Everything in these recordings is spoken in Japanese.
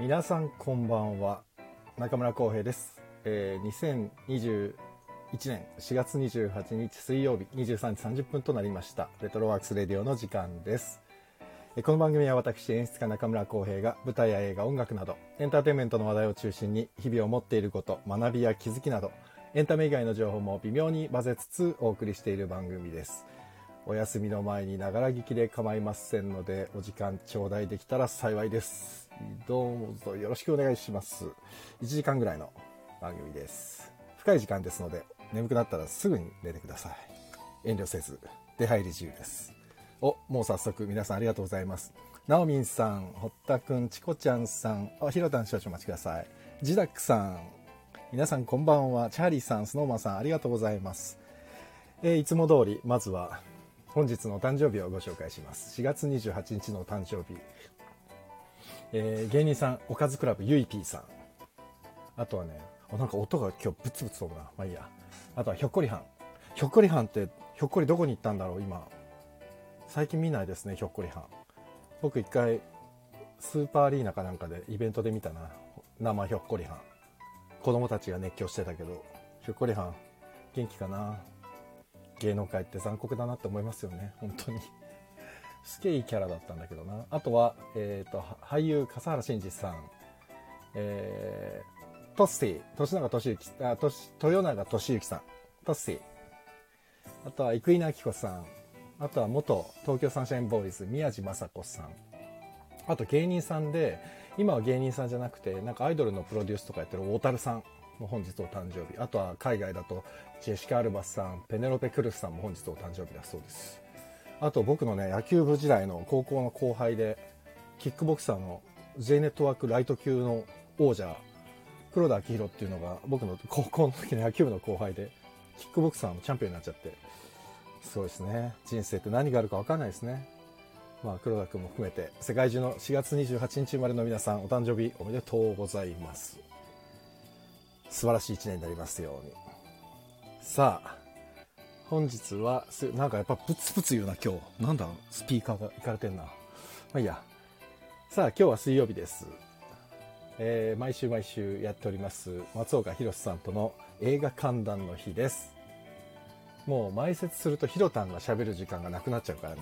皆さんこんばんは中村浩平です、えー2021年4月28日水曜日23時30分となりましたレトロワークスレディオの時間ですえーこの番組は私演出家中村浩平が舞台や映画音楽などエンターテインメントの話題を中心に日々を持っていること学びや気づきなどエンタメ以外の情報も微妙に混ぜつつお送りしている番組ですお休みの前にながら聞きで構いませんので、お時間頂戴できたら幸いです。どうぞよろしくお願いします。1時間ぐらいの番組です。深い時間ですので、眠くなったらすぐに寝てください。遠慮せず、出入り自由です。お、もう早速皆さんありがとうございます。なおみんさん、堀田くん、チコちゃんさん、あ、ひろたん少々お待ちください。ジダックさん、皆さんこんばんは。チャーリーさん、スノーマンさん、ありがとうございます。えーいつも通りまずは本日のお誕生日をご紹介します4月28日のお誕生日、えー芸人さんおかずクラブゆいぴーさんあとはねあなんか音が今日ブツブツ飛ぶなまあいいやあとはひょっこりはんひょっこりはんってひょっこりどこに行ったんだろう今最近見ないですねひょっこりはん僕一回スーパーアリーナかなんかでイベントで見たな生ひょっこりはん子供たちが熱狂してたけどひょっこりはん元気かな芸能界って残酷だなって思いますよね本当に すげえいいキャラだったんだけどなあとは、えー、とは俳優笠原慎二さんえー、トッシー豊永俊之あとし豊永俊之さんトッシーあとは生稲晃子さんあとは元東京サンシャインボーイズ宮地雅子さんあと芸人さんで今は芸人さんじゃなくてなんかアイドルのプロデュースとかやってる大樽さんも本日お誕生日あとは海外だとジェシカ・アルバスさんペネロペ・クルスさんも本日お誕生日だそうですあと僕のね野球部時代の高校の後輩でキックボクサーの J ネットワークライト級の王者黒田明宏っていうのが僕の高校の時の野球部の後輩でキックボクサーのチャンピオンになっちゃってすごいですね人生って何があるか分かんないですねまあ、黒田君も含めて世界中の4月28日生まれの皆さんお誕生日おめでとうございます素晴らしい1年になりますようにさあ本日はすなんかやっぱプツプツ言うな今日なんだスピーカーがいかれてんなまあいいやさあ今日は水曜日です、えー毎週毎週やっております松岡弘さんとの映画観覧の日ですもう埋設するとひろたんが喋る時間がなくなっちゃうからね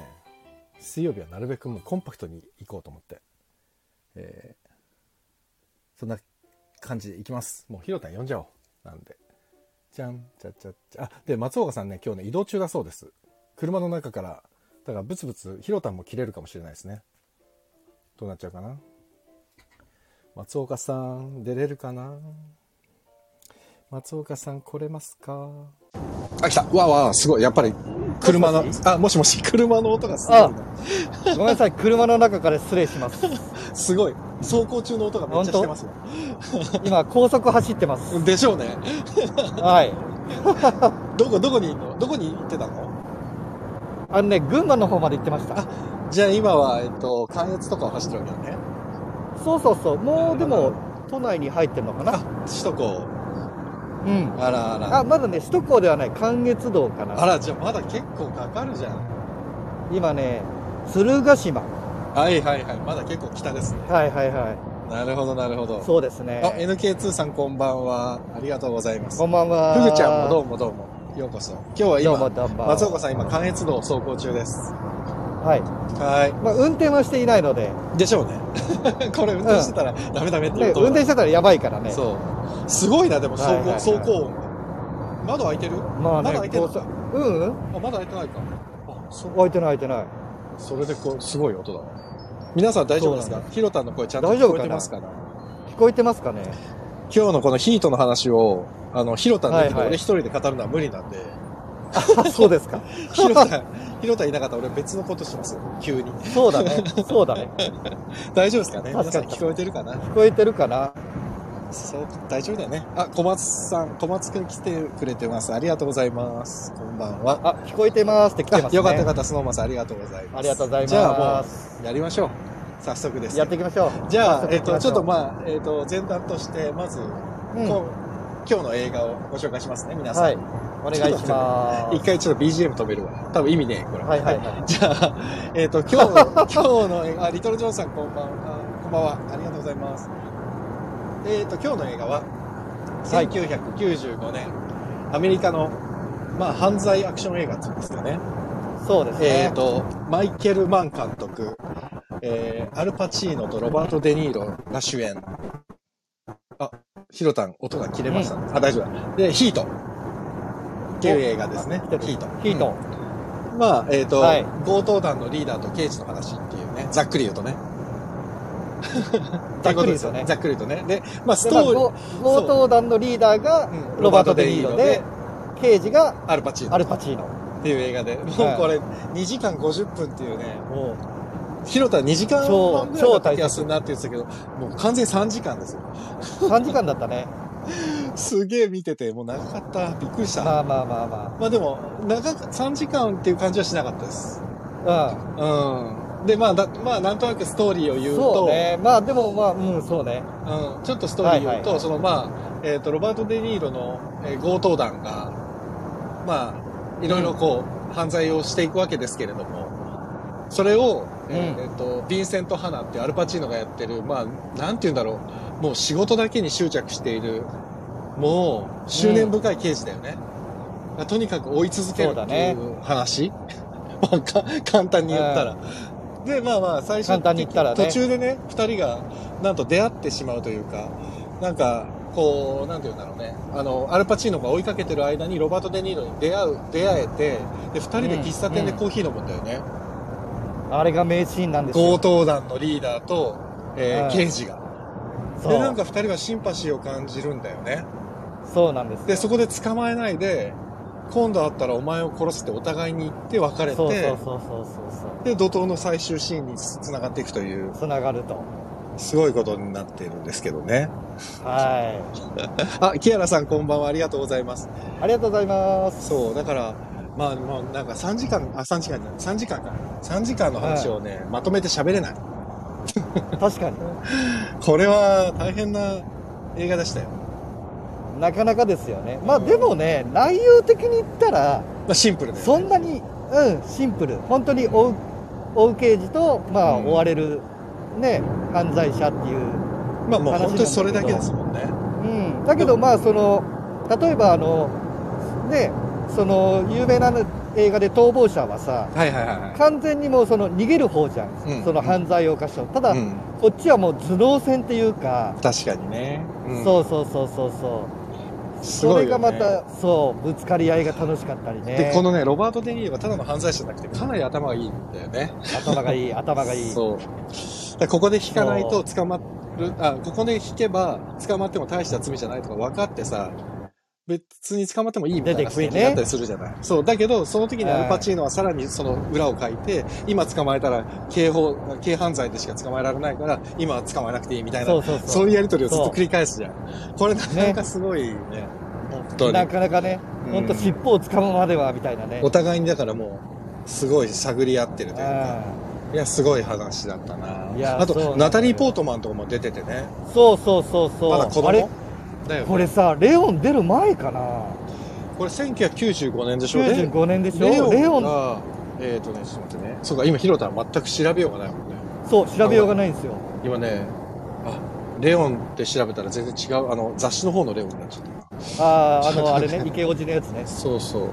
水曜日はなるべくもうコンパクトに行こうと思って、えーそんな感じで行きますもうひろたん呼んじゃおうなんでじゃんちゃっちゃっちゃあで松岡さんね今日ね移動中だそうです車の中からだからブツブツひろたんも切れるかもしれないですねどうなっちゃうかな松岡さん出れるかな松岡さん来れますかあ来たわあわあすごいやっぱり車のあもしもし車の音がすごいなあごめんなさい、車の中から失礼します。すごい走行中の音がめっちゃしてますね今、高速走ってます。でしょうねはい。どこどこにいんのどこに行ってたのあのね、群馬の方まで行ってました。じゃあ今はえっと関越とかを走ってるわけだねそうそうそう、もうでも、都内に入ってるのかな。首都高うん。あらあらあ、まだね、首都高ではない、関越道かあな。らじゃあまだ結構かかるじゃん今ね、鶴ヶ島。はいはいはいまだ結構北ですねはいはいはなるほどなるほどい。そうですあね。 NK2 さんこんばんはありがとうございますこんばんは。ふぐちゃんもどうも。もどうもようこそ今日はどうも今どうも。松岡さん今関越道を走行中ですはい。はまあ、運転はしていないので、いでしょうね これ運転してたらダメダメって言ね、うと運転してたらやばいからね。そう。すごいな、でも、走行、はいはいはい走行音が。窓開いてるあ、まあまだね開い、てる高速。うんうん窓開いてないか。あ、そ開いてない開いてない。それでこう、すごい音だわ。皆さん大丈夫ですそうかなひろたんの声ちゃんと大聞丈夫こかえなてますかな聞こえてま すかね今日のこのヒートの話を、あの、ひろたんだけではいはい俺一人で語るのは無理なんで、あ、そうですか。ひろた ん、ひろたんいなかったら俺別のことしますよ、急に。そうだね。そうだね。大丈夫ですかね確かに皆さん聞こえてるかな聞こえてるかなそう、大丈夫だよね。あ、小松さん、小松くん来てくれてます。ありがとうございます。こんばんは。あ、聞こえてますって来てます、あね。よかったよかった、スノーマンさんありがとうございます。ありがとうございます。じゃあもう、やりましょう。早速です。やっていきましょう。じゃあ早、速え行っきましと、ょうちょっとまあ、えっと、前段として、まず、うんこう今日の映画をご紹介しますね、皆さん。はい。お願いしま一す。回ちょっと BGM 止めるわ。多分意味ねえ、これ。 はいはいはい。 じゃあ、えっと、今日、今日の映画、あリトル・ジョンさんこんばんは。こんばんばんは。ありがとうございます。えっ、と、今日の映画は、はい1995年、アメリカの、まあ、犯罪アクション映画っていうんですかね。そうですね。えっ、と、マイケル・マン監督、えー、アルパチーノとロバート・デ・ニーロが主演。あ、ヒロタン、音が切れましたね、あ、大丈夫だ。で、ヒート。っていう映画ですね。ヒート。ヒート。うんまあ、えっ、と、はい強盗団のリーダーと刑事の話っていうね、ざっくり言うとね。ざっくり言うとねざっくり言うとね。で、まあ、スでトまあーリー、強強盗団のリーダーがうんロバート・デ・ニーロで、刑事がアルパチーノアルパチーノ。っていう映画で、もうはいこれ、2時間50分っていうね、もう、広田2時間超半ぐらいだっ超大た作気がするなって言ってたけど、もう完全に3時間ですよ。 3時間だったね。すげえ見てて、もう長かった。びっくりした。まあまあまあままあでも、長か、3時間っていう感じはしなかったです。あ。うん。で、まあ、だまあ、なんとなくストーリーをう言ん。うそうと、ね。まあでもまあ、うん、そうね。うん、ちょっとストーリー言うと、はいはいはいそのまあ、えっ、と、ロバート・デ・ニーロの、えー強盗団が、まあ、いろいろこう、犯罪をしていくわけですけれども、それを、えっ、うんえーと、ヴィンセント・ハナっていうアルパチーノがやってる、まあ、なんて言うんだろう、もう仕事だけに執着している、もう、執念深い刑事だよね。がとにかく追い続けるそうだっていねう話。 まあか簡単に言ったら。で、まあまあ、最初簡単に言ったらね途中でね、二人が、なんと出会ってしまうというか、なんか、こう、なんて言うんだろうね。あの、アルパチーノが追いかけてる間に、ロバート・デ・ニーロに出会う、出会えて、で、二人で喫茶店でコーヒー飲むんだよね。あれが名シーンなんです強よ。盗団のリーダーと、えーうん刑事が。そで、なんう。か二人はシンパシーを感じるんだよね。そうなんですよ。で、そこで捕まえないで、今度会ったらお前を殺すってお互いに言って別れて、そうそうそうそうそうで、怒涛の最終シーンに繋がっていくというそう。、つながると。すごいことになってるんですけどね。はい。あ、キアラさんこんばんは、ありがとうございます。ありがとうございます。そう、だから、まあ、もうなんか3時間、あ、3時間じゃない、3時間か。3時間の話をね、まとめて喋れない。確かに。これは大変な映画でしたよ。なかなかですよね。まあでもね、内容的に言ったら、まあ、シンプルで、ね。そんなに、うん、シンプル。本当に追う、追う刑事と、まあ、うん追われる、ね、犯罪者っていう。まあもう話なんだけど本当にそれだけですもんね。うん。だけど、まあ、その、例えば、あの、ね、その、有名な映画で逃亡者はさ、はいはいはいは完全にもうその逃げる方じゃん。うんその犯罪を犯した。ただ、い。うん。こっちはもう頭脳戦っていうか、確かにね。うんそうそうそうそうそう。すそごいれよがねまた、そう、ぶつかり合いが楽しかったりね。で、このね、ロバート・デ・ニーロがただの犯罪者じゃなくて、かなり頭がいいんだよね。頭がいい、頭がいい。そう。だからここで引かないと捕まる、あ、ここで引けば捕まっても大した罪じゃないとか分かってさ、別に捕まってもいいみたい出なてく雰囲るね気だったりするじゃない。そう。だけど、その時にはいアルパチーノはさらにその裏を書いて、今捕まえたら刑法、軽犯罪でしか捕まえられないから、今は捕まえなくていいみたいな、そそうそううそう。いうやりとりをずっと繰り返すじゃん。これなかなかすごいね。本当になかなかね、うんほんと尻尾を掴むまでは、みたいなね。お互いにだからもう、すごい探り合ってるというか。ういや、すごい話だったな。いやあそうなんだと、よナタリー・ポートマンとかも出ててね。んそうそうそうそう。まだ子供あれだよ。これさ、レオン出る前かなこれ1995年でしょレ95年でしょレオンレオン、が、えっ、とね、ちょっと待ってね。そうか、今、ヒロタは全く調べようがないもんね。そう、調べようがないんですよ。今ね、あ、レオンって調べたら全然違う、あの、雑誌の方のレオンになっちゃったな。ああ、あの、あれね、池オジのやつね。そうそう。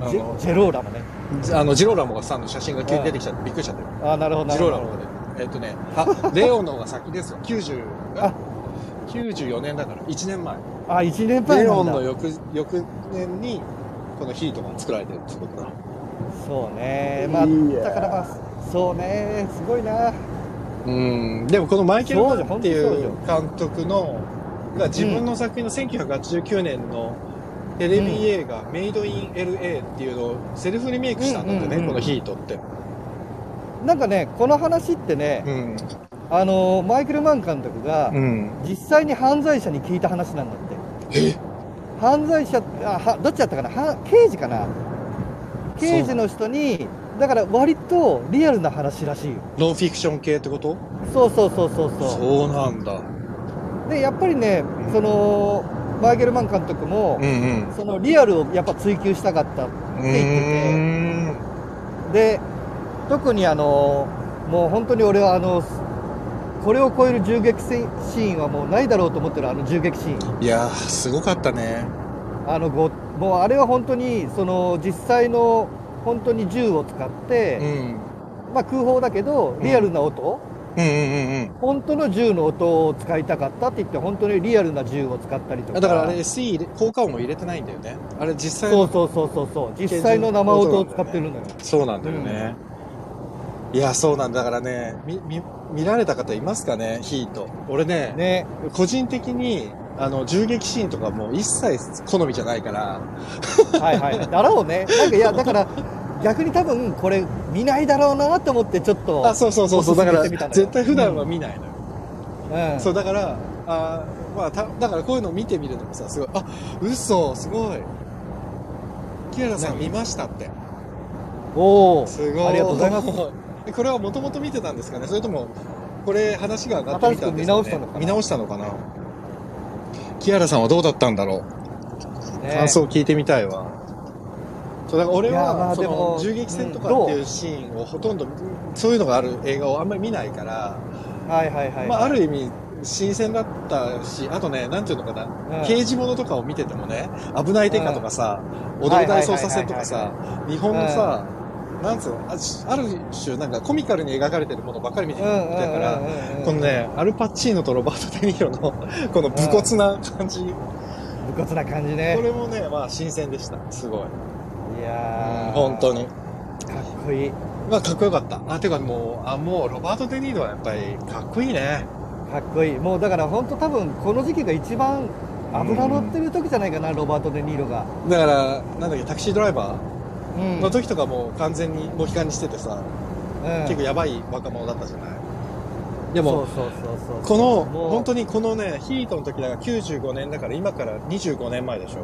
あジのェ、ジェローラもね。じあのジローラモがさんの写真が急に出てきちゃって、びっくりしちゃって。ああ、なるほど、なジるロほーラモがど。ね。えっ、とね、 あ、レオンの方が先ですよ。90があ、 94年だから、1年前。あ、1年前レなオンんだの。翌翌年にこのヒートが作られてるってことだそうね。まあ、いいやだからまあ、そうね、すごいな。うんでもこのマイケル・そうマじゃんンってい本当そうじう監督のが自分の作品の1989年のテレビ映画「メイド・イン・ LA」っていうのをセルフリメイクしたんだってね、うんうんうんこのヒートって、なんかね、この話ってね、んあの、マイケル・マン監督が、うん、実際に犯罪者に聞いた話なんだって犯罪者あはどっちだったかなは刑事かな刑事の人にだから割とリアルな話らしいよノンフィクション系ってことそうそうそうそうそうそうなんだでやっぱりねんそのマイケルマン監督もうん、うんそのリアルをやっぱ追求したかったうってー言んで特にあのもう本当に俺はあのこれを超える銃撃戦シーンはもうないだろうと思ってるあの銃撃シーンいやーすごかったねあのごもうあれは本当にその実際の本当に銃を使って、うんまあ、空砲だけどリアルな音、うんうんうん本当の銃の音を使いたかったって言って本当にリアルな銃を使ったりとうかんだからあれ SE 入れ効果音を入れてないんだよねあれ実際そうそうそうそうそう実際の生音を使ってるのよそうなんだよね、いやそうなんだだからねみみ見られた方いますかねヒート俺ねね個人的にあの銃撃シーンとかもう一切好みじゃないからはいは いだろうねなんかいやだから逆に多分これ見ないだろうなと思ってちょっとあそうそうそうそうおすだすからめしてみたのよ絶対普段は見ないのよ、うんそうだからあーまあただからこういうの見てみるのもさすごいあ嘘すごいキララさん見ましたっておおすごいありがとうござ いますすこれはもともと見てたんですかねそれともこれ話が上がってみたんです新しく見直したのかな見直したのかなキアラさんはどうだったんだろうね感想聞いてみたいわ。そうだから俺いやまはあそでのも銃撃戦とかうんっていうシーンをほとんどそういうのがある映画をあんまり見ないから、はいはいはい、まあある意味新鮮だったし、あとね、なんていうのかな、うん刑事ものとかを見ててもね、危ないデカとかさ、踊る大捜査線とかはいさ、日本のさ、なんつうの、あしある種なんかコミカルに描かれてるものばっかり見てうるんうんうんうんだから、うんこのね、アルパッチーノとロバート・デ・ニーロの この武骨な感じ、武骨な感じねこれもね、まあ新鮮でした。すごい。いやー本当に。かっこいいまあ、かっこよかった。あ、てかもう、あ、もう、ロバート・デ・ニードはやっぱり、かっこいいね。かっこいいもうだから本当多分この時期が一番脂乗ってる時じゃないかな、ロバート・デ・ニーロが、だから、なんだっけ、タクシードライバうんーの時とかもう完全にモヒカンにしててさ、結構構やばい若者だったじゃない。でも、そうそうそうそうこの、もう本当にこのね、ヒートの時だから95年だから、今から25年前でしょ。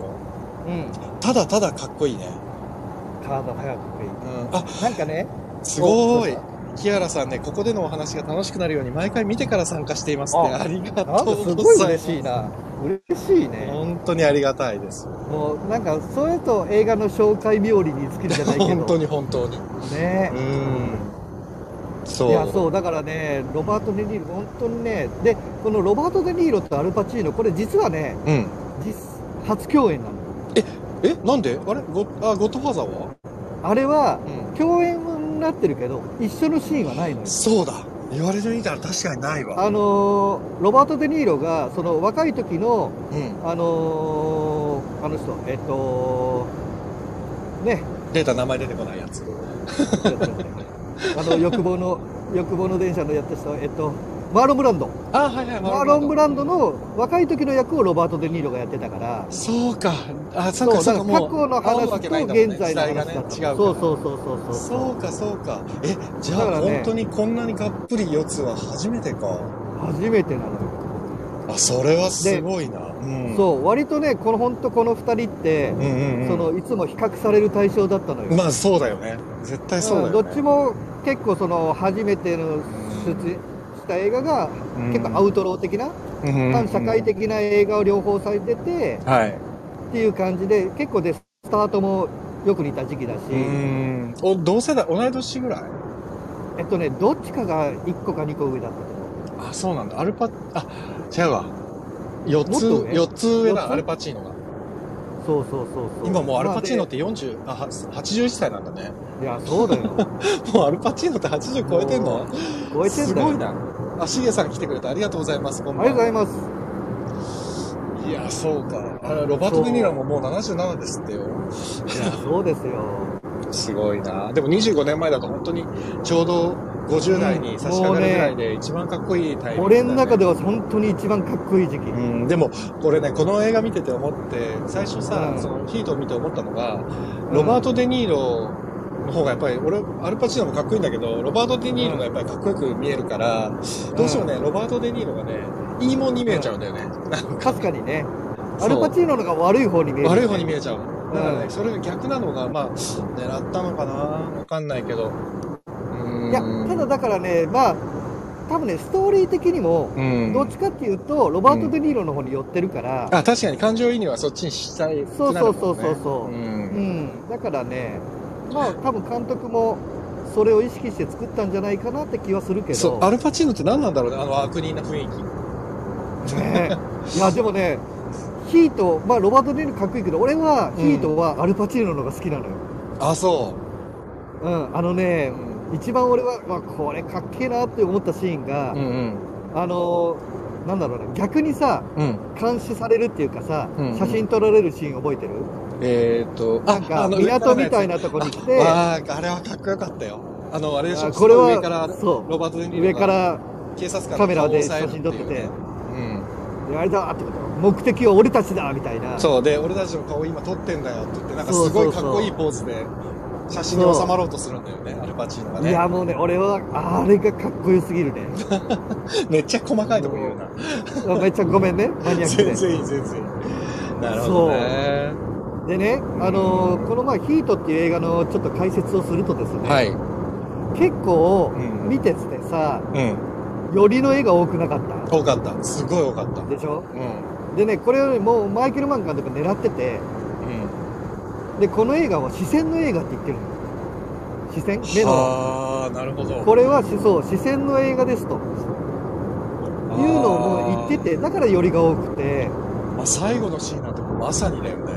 うんただただかっこいいね。カード早くいいうん。あ、なんかねすごおいどう。キアラさんね、ここでのお話が楽しくなるように毎回見てから参加していますって。あありがなとんかうすごごいざいま嬉す。しいな嬉しいね本当にありがたいです。もうなんかそういうと映画の紹介冥利に尽きるじゃないけど 本当に本当に。ねうん。そう。いやそうだからねロバート・デ・ニーロ本当にねでこのロバート・デ・ニーロとアルパチーノこれ実はねう。ん。実初共演なのえ、なんであれゴあ、ゴッドファーザーはあれはう共演になってるけど一緒のシーンはないのよん。そうだ。言われてみたら確かにないわ。あのーロバート・デ・ニーロがその若い時のうん。あのーあの人えっとね 出た名前出てこないやつ。ちょっと待ってあの欲望の欲望の電車のやった人えっとマーロン・ブランドあ、はいはい。マーロン・ブランド。の若い時の役をロバート・デ・ニーロがやってたからそうか。あ、そうか、そうか、だからも過去う。の会うわ話けとないんだもんね現在の話だったの時代がね違うからそうそうそうそうそうそうか、そうか。え、じゃだかあらね本当にこんなにがっぷり四つは初めてか。初めてなのよ、あ、それはすごいな。うん。そう割とねこの本当この2人って、うんうんうん。そのいつも比較される対象だったのよ、まあそうだよね。絶対そうだよね。どっちも結構その初めての出演した映画がうん、結構アウトロー的な、うん反社会。的な映画を両方されててはい。っていう感じで結構でスタートもよく似た時期だし、うん。お、同世代、同い年ぐらいえっとねどっちかが1個か2個上だったと思うあ、そうなんだ。アルパ、あ、違うわ。四もっつと、上四つ上だ、四つアルパチーノが。そうそうそうそう今もうアルパチーノっまて40、あ、は81歳なんだね。あでいやそうだよもうアルパチーノって80超えてんの超えてんすだごよいな。あ、シゲさん来てくれてありがとうございます。こんありがとうございいますます。いや、そうか。あれ、ロバート・デ・ニーロももう77ですってよ。いやそうですよすごいな。でも25年前だと本当にちょうど50代に差し掛かるぐらいで一番かっこいいタイミングだ俺よね、の中では本当に一番かっこいい時期、うん、でも、俺ね、この映画見てて思って、最初さ、うんそのヒートを見て思ったのが、んロバート・デ・ニーロの方がやっぱり、俺、アルパチーノもかっこいいんだけど、ロバート・デ・ニーロがやっぱりかっこよく見えるから、どうしてもね、ロバート・デ・ニーロがね、いいもんに見えちゃうんだよね。確かにねそうアルパチーノのが悪い方に見える悪い方に見えちゃう。だからね、うんそれが逆なのが、まあ、狙ったのかなわかんないけど。うんいやただだからねまあ多分ねストーリー的にもうん。どっちかっていうとロバート・デ・ニーロの方に寄ってるから、あ、確かに感情移入はそっちにしたい、そうそうそうそうそうう、んうんだからねまあ多分監督もそれを意識して作ったんじゃないかなって気はするけどそう、アルパチーノって何なんだろうね、あの悪人な雰囲気。ねいやでもねヒートまあロバート・デ・ニーロかっこいいけど俺はヒートはアルパチーノの方が好きなのよ、あ、そうんあのうねん。一番俺は、まあ、これかっけえなって思ったシーンが、うんあのーなんだろうな逆にさうん。監視されるっていうかさ、うん写真撮られるシーン覚えてる、えーっと、なんか港みたいな。なとこに来てああ、あれはかっこよかったよ。あの、あれでしょ、あこれは上から、そロバート・デ・うニーロ上がから警察官カメラでの顔を押写さえる真撮っていてうねうん。 「やられた!」ってこと目的は俺たちだみたいなそうで、俺たちの顔今撮ってんだよって言って、なんかすごいかっこいいポーズで写真に収まろうとするんだよね、アルパチーノがいね。やもうね俺はあれがかっこよすぎる ねめっちゃ細かいとこ言うな。めっちゃごめんねマニアック全で然いい、全然いい。なるほどね。でね、あのーこの前「ヒート」っていう映画のちょっと解説をするとですね、はい。結構うん見ててさうん。よりの絵が多くなかった多かった。すごい多かった。でしょうん。でねこれよりもマイケル・マン監督狙っててうん。でこの映画は視線の映画って言ってるの視線目のはあ、なるほど。これはしそう視線の映画ですというのをもう言っててだからよりが多くてあーあ最後のシーンなんてまさにだよね。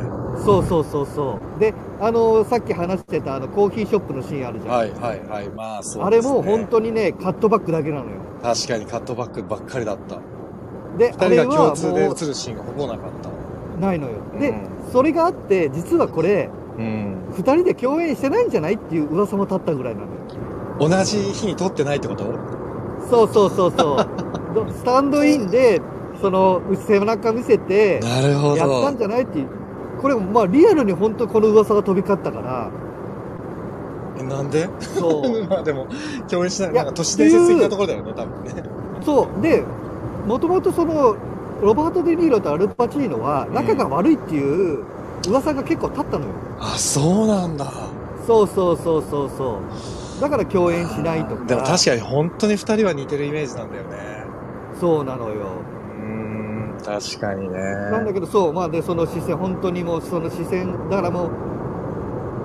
そうそうそうそうであのさっき話してたあのコーヒーショップのシーンあるじゃん、はいはいはい。まあそうあでれすね。も本当にねカットバックだけなのよ確かにカットバックばっかりだった。であ二れ人がは共通でも映るシーンがほぼなかった。うないのよで、うそれがあって実はこれうん。 2人で共演してないんじゃないっていう噂も立ったぐらいなのよ同じ日に撮ってないってことそうそうそう そうどスタンドインでその背中見せてなるほやったんじゃないっていうこれもまあリアルに本当この噂が飛び交ったからえなんで そうまあでも、共演しない。いやなんか都市伝説的なところだよね、多分ね。 そうでもともとそのロバート・デ・ニーロとアルパチーノは仲が悪いっていう噂が結構立ったのよ、あ、そうなんだ。そうそうそうそうそうだから共演しないとかでも確かに本当に二人は似てるイメージなんだよね。そうなのようーん、確かにね。なんだけどそうまあでその視線本当にもうその視線だからもう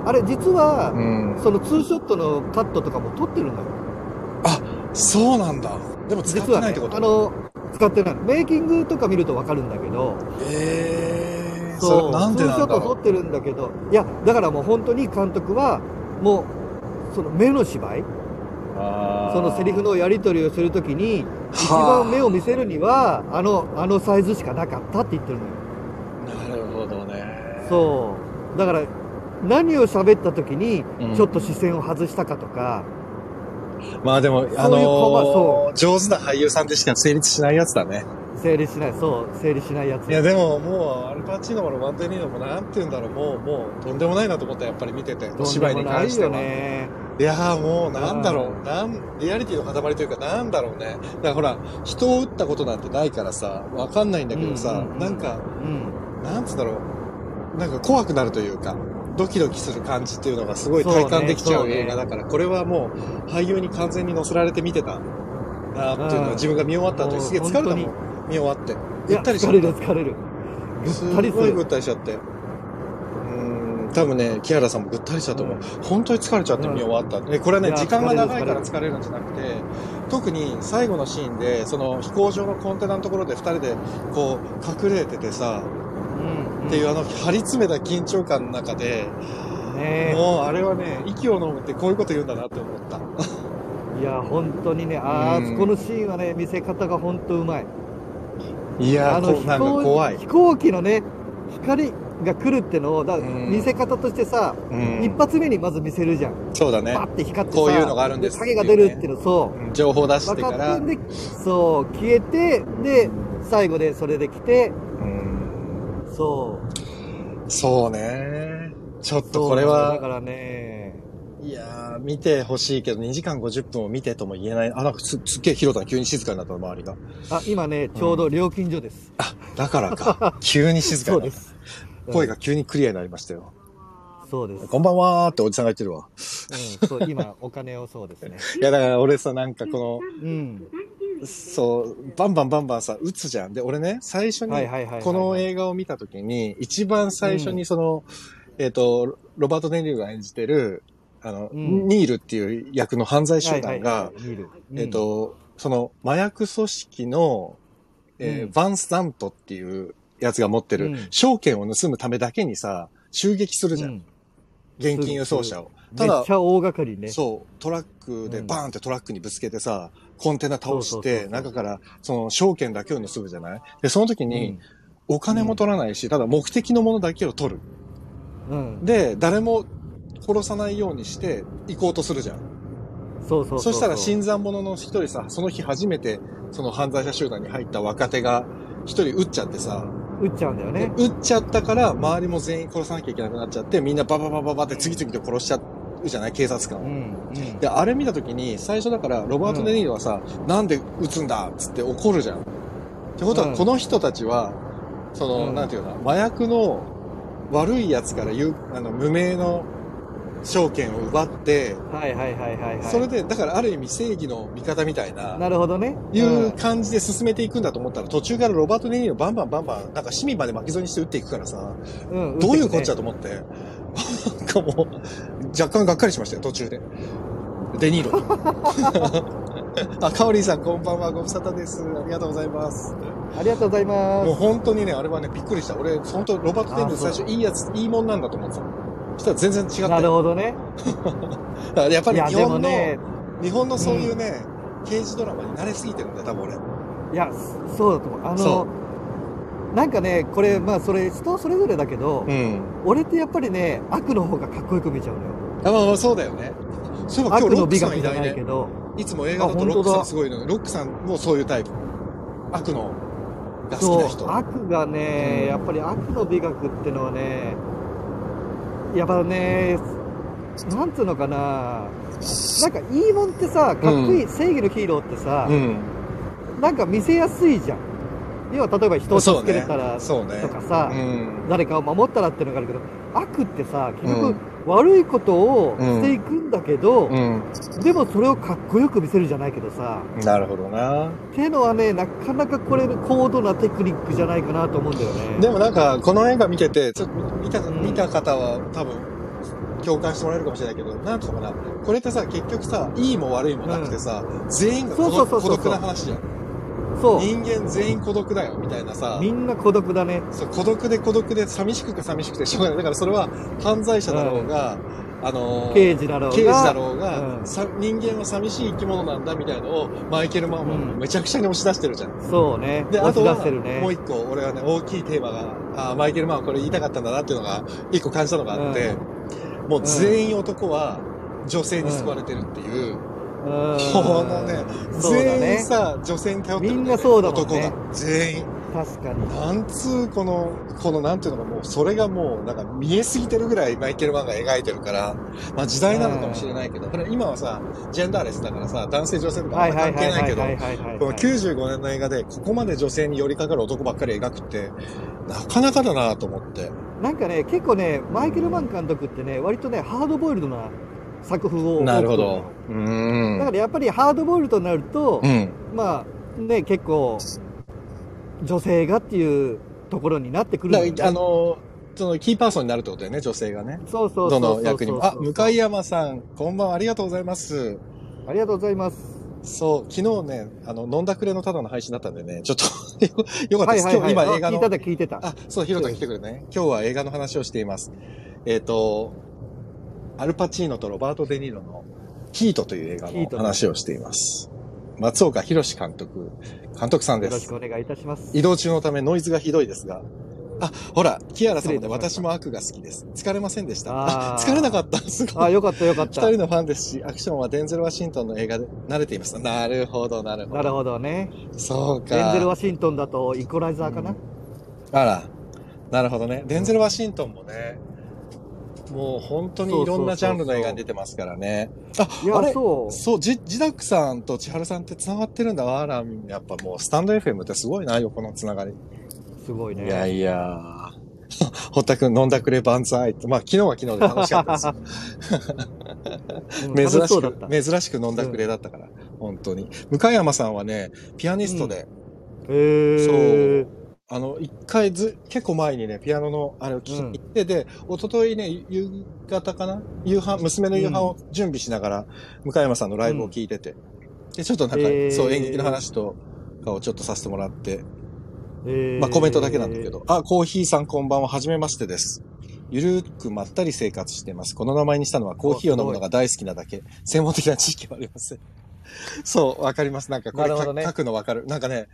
あれ実はうん。そのツーショットのカットとかも撮ってるんだよそうなんだ。でも使って実はないねってことあの使ってないメイキングとか見ると分かるんだけどえー、そそれうなんでツーシなョんだットろ撮う。ってるんだけどいやだからもう本当に監督はもうその目の芝居そそのセリフのやり取りをするときに一番目を見せるにはあのあのサイズしかなかったって言ってるのなよるほどね。そうだから何を喋った時にうんちょっと視線を外したかとか、まあでも、あそういう顔はそのー上手な俳優さんでしか成立しないやつだね。整理しないそう整理しないやついやでももうアルパチーノもロバンテニーノもなんて言うんだろうもうもうとんでもないなと思ったやっぱり見ててお芝居に関してはとんでもないよねいやーもうなんだろううなんリアリティの塊というかなんだろうねだからほら人を撃ったことなんてないからさわかんないんだけどさ、うんうんうんなんかうんなんつうんだろうなんか怖くなるというかドキドキする感じっていうのがすごい体感できちゃそううねそう映ね画だから、これはもう俳優に完全に乗せられて見てたなーっていうのうはん自分が見終わった後にすげえ疲れたもんもう見終わっていゆやったりしちゃ疲っれたる疲れるすたりするごいぐったりしちゃって。うーん、多分ね、木原さんもぐったりしたと思う。うん本当に疲れちゃってうん見終わった。でこれはいね、や時間が長い疲れるから疲れるんじゃなくて、特に最後のシーンで、その飛行場のコンテナのところで二人でこう隠れててさ、うんっていうあの張り詰めた緊張感の中で、ねもうあれはね、息を飲むってこういうこと言うんだなって思った。いや本当にねあうんーこのシーンはね見せ方が本当うまいいやー、あのこうなんか怖い。飛行機のね光が来るってのをだうん見せ方としてさ、うん一発目にまず見せるじゃん、そうだねバ。ッて光ってさこういうのがあるんですってい影うねが出るっていうのそううん情報出してか。分からってんでそう消えてで最後でそれで来てうんそうそうね。ちょっとそうこれはだからねいやー、見てほしいけど、2時間50分を見てとも言えない。あ、なんかすすっげえ広田急に静かになったの、周りが。あ今ねちょうど料金所です、あ、だから か。急に静かそうになでった。す声が急にクリアになりましたよ。そうです、こんばんはーっておじさんが言ってるわ。うん、そう今お金をそうですねいや、だから俺さ、なんかこうんの、そう、バンバンバンバンさ、打つじゃん。で、俺ね、最初にはいはいはいはいはいこの映画を見たときに、一番最初にその、えっ、と、ロバート・デニーロが演じてる、あの、うんニールっていう役の犯罪集団が、見る。えっ、と、その麻薬組織の、えーうんバン・スタントっていうやつが持ってる、うん証券を盗むためだけにさ、襲撃すうるん、じゃん。うん現金輸送車を。めたっだちゃ大掛かりね。そう、トラックでうんバーンってトラックにぶつけてさ、コンテナ倒しそうそうそうて、そう中からその証券だけを盗むじゃないで、その時うにん。お金も取らないし、ただ目的のものだけを取る。うん。で、誰も殺さないようにして行こうとするじゃん。そうそうう。そしたら新参者の一人さ、その日初めてその犯罪者集団に入った若手が一人撃っちゃってさ、打っちゃうんだよね。撃っちゃったから周りも全員殺さなきゃいけなくなっちゃって、みんなバババババって次々と殺しちゃうじゃない警察官をうん。うんで、あれ見たときに、最初だから、ロバート・デ・ニーロはさ、なんで撃つんだっつって怒るじゃん。ってことうは、んこの人たちは、その、うんなんていうの、麻薬の悪い奴から言う、あの、無名の証券を奪って、はいはいはいはいはい。それで、だからある意味正義の味方みたいな、なるほどね。いううん感じで進めていくんだと思ったら、途中からロバート・デ・ニーロバンバンバンバン、なんか市民まで巻き添えにして撃っていくからさ、うん。どういうこっちゃと。と思って、なんかもう、若干がっかりしましたよ、途中で。デニーロに。あ、かおりんさん、こんばんは、ご無沙汰です。ありがとうございます。ありがとうございまもうす。本当にね、あれはね、びっくりした。俺、本当ロバート・デニーロあそ最う初いいやつ、いいもんなんだと思ってた。そしたら全然違って。なるほどね。だからやっぱいりや、日で本の、もね、日本のそういうね、刑事ドラマに慣れすぎてるんだよ、多分俺。いや、そうだと思う。あその、なんかね、これ、まあ、それ、人それぞれだけど、ん。俺ってやっぱりね、悪の方がかっこよく見えちゃうのよ。あまあまあ、そうだよね。そういえば今悪日ロッのク美さん学いじゃないないけね。ど、いつも映画だあと本ロッ当だクさんすごいのに、ロックさんもそういうタイプ。悪のが好きそなう人。悪がね、やっぱり悪の美学ってのはねやっぱねなんつうのかななんかいいもんってさかっこいい、正義のヒーローってさ、うん。なんか見せやすいじゃん要は例えば人を助けれたらそうね。とかさ、うん。誰かを守ったらってのがあるけど悪ってさ結う局ん悪いことをしていくんだけど、うん。でもそれをかっこよく見せるじゃないけどさなるほどな。っていうのはねなかなかこれ高度なテクニックじゃないかなと思うんだよね。でもなんか、この映画見てて、ちょっと見た、うん見た方は多分、共感してもらえるかもしれないけど、なんとかな。これってさ、結局さ、いいも悪いもなくてさ、全員が孤そうそ独うそうそう孤独な話じゃん。そう人間全員孤独だよ、みたいなさ。みんな孤独だね。そう孤独で孤独で寂しくて寂しくてしょうがない。だからそれは犯罪者だろうが、あのー刑事だろうが。刑事だろうが、うんさ人間は寂しい生き物なんだみたいのをマイケル・マンマンがめちゃくちゃに押し出してるじゃん。そうね。で、あと押はし出してるね。もう一個、俺はね、大きいテーマが、あーマイケル・マンはこれ言いたかったんだなっていうのが、一個感じたのがあって、もう全員男は女性に救われてるっていう、うんこのね、そうだ全員ね。さ、女性に頼ってるんだよねみんなそうだもんね男が。全員。確かに。なんつう、この、このなんていうのか、もう、それがもう、なんか見えすぎてるぐらいマイケル・マンが描いてるから、まあ時代なのかもしれないけど、これ今はさ、ジェンダーレスだからさ、男性女性とかあはんいまはい関は係いはないけいどは、いはいはい。この95年の映画で、ここまで女性に寄りかかる男ばっかり描くって、なかなかだなと思って。なんかね、結構ね、マイケル・マン監督ってね、割とね、ハードボイルドな作風を。多く撮る。。うだかん。らやっぱりハードボイルドになるとう、ん。まあ、ね、結構、女性がっていうところになってくるんだだよねからあの、その、キーパーソンになるってことだよね、女性がね。そうそうそどうそう。の役にも。あ、向山さん、こんばんは、ありがとうございます。ありがとうございます。そう、昨日ね、あの、飲んだくれのただの配信だったんでね、ちょっと よ、よかったです。今日、今映画あ聞いたの、だ聞いてた。あ、そう、ひろた来てくれね。今日は映画の話をしています。えっ、と、アルパチーノとロバート・デ・ニーロのヒートという映画ヒートの話をしています。松岡弘監督、監督さんでよろしすく。お願いいたします。移動中のためノイズがひどいですが、あ、ほら、キアラさんもね、失礼いたし私も悪が好きです。疲れませんでした。ああー 疲れなかった。すごいあ、。よかったよかっ二た。人のファンですし、アクションはデンゼル・ワシントンの映画で慣れています。なるほど、なるほなど。るほどね。そうか。デンゼル・ワシントンだとイコライザーかな。あら、なるほどね。デンゼル・ワシントンもね、もう本当にいろんなジャンルの映画に出てますからね。いあれや、そう。そう、ジジダックさんと千春さんって繋がってるんだわ、ラーミン。やっぱもうスタンド FM ってすごいな、横の繋がり。すごいいやね。いや 堀田くん飲んだくれ万歳って、まあ昨日は昨日で楽しかったです。うん珍楽しそうだっくた。、へ珍しく飲んだくれだったから、本当に。向山さんはね、ピアニストで、ーそあの、一回ず、結構前にね、ピアノの、あれを聞きに行って、で、一昨日ね、夕方かな夕飯、娘の夕飯を準備しながら、向山さんのライブを聞いてて、で、ちょっとなんか、へーそう、演劇の話とかをちょっとさせてもらって、えーまあコメントだけなんだけ。ど、あ、コーヒーさんこんばんは、はじめましてです。ゆるーくまったり生活しています。この名前にしたのはコーヒーを飲むのが大好きなだけ。専門的な知識はありません。そう、わかります。なんかこれなるほどねか書くのわかる。なんかね、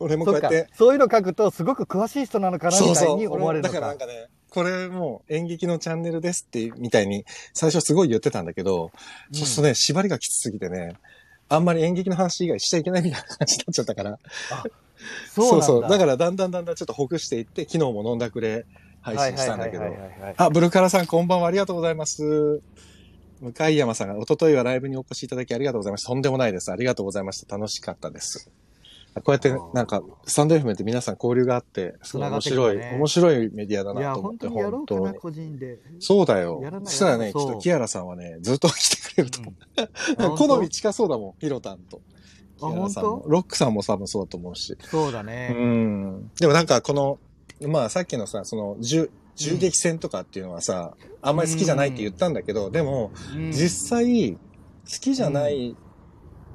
俺もこそううやっかて、、そういうの書くと、すごく詳しい人なのかな、みたいに思われだるのかか。らなんかね、これもう演劇のチャンネルですって、みたいに、最初すごい言ってたんだけど、うんそうするとね、縛りがきつすぎてね、あんまり演劇の話以外しちゃいけないみたいな感じになっちゃったから。そうなんだ。だからだんだんだんだんちょっとほぐしていって、昨日も飲んだくれ配信したんだけどはい。はいはいはいはいあ、ブルカラさんこんばんはありがとうございます。向山さんが、おとといはライブにお越しいただきありがとうございました。とんでもないです。ありがとうございました。楽しかったです。こうやってあー、なんか、スタンド FM って皆さん交流があって、すごい面白い、つながってくるね面白いメディアだいや、なと思っ本て、当にやろ本うか当な、に。個人で。そうだよやらな。いそしたらね、きっそうとキアラさんはね、ずっと来てくれると思うんう。 好み近そうだもん、ヒロタンと。キあアラ本さんも当。ロックさんも多分そうだと思うし。そうだね。うん。でもなんかこの、まあさっきのさ、その銃、銃撃戦とかっていうのはさ、あんまり好きじゃないって言ったんだけど、でも、うん実際、好きじゃない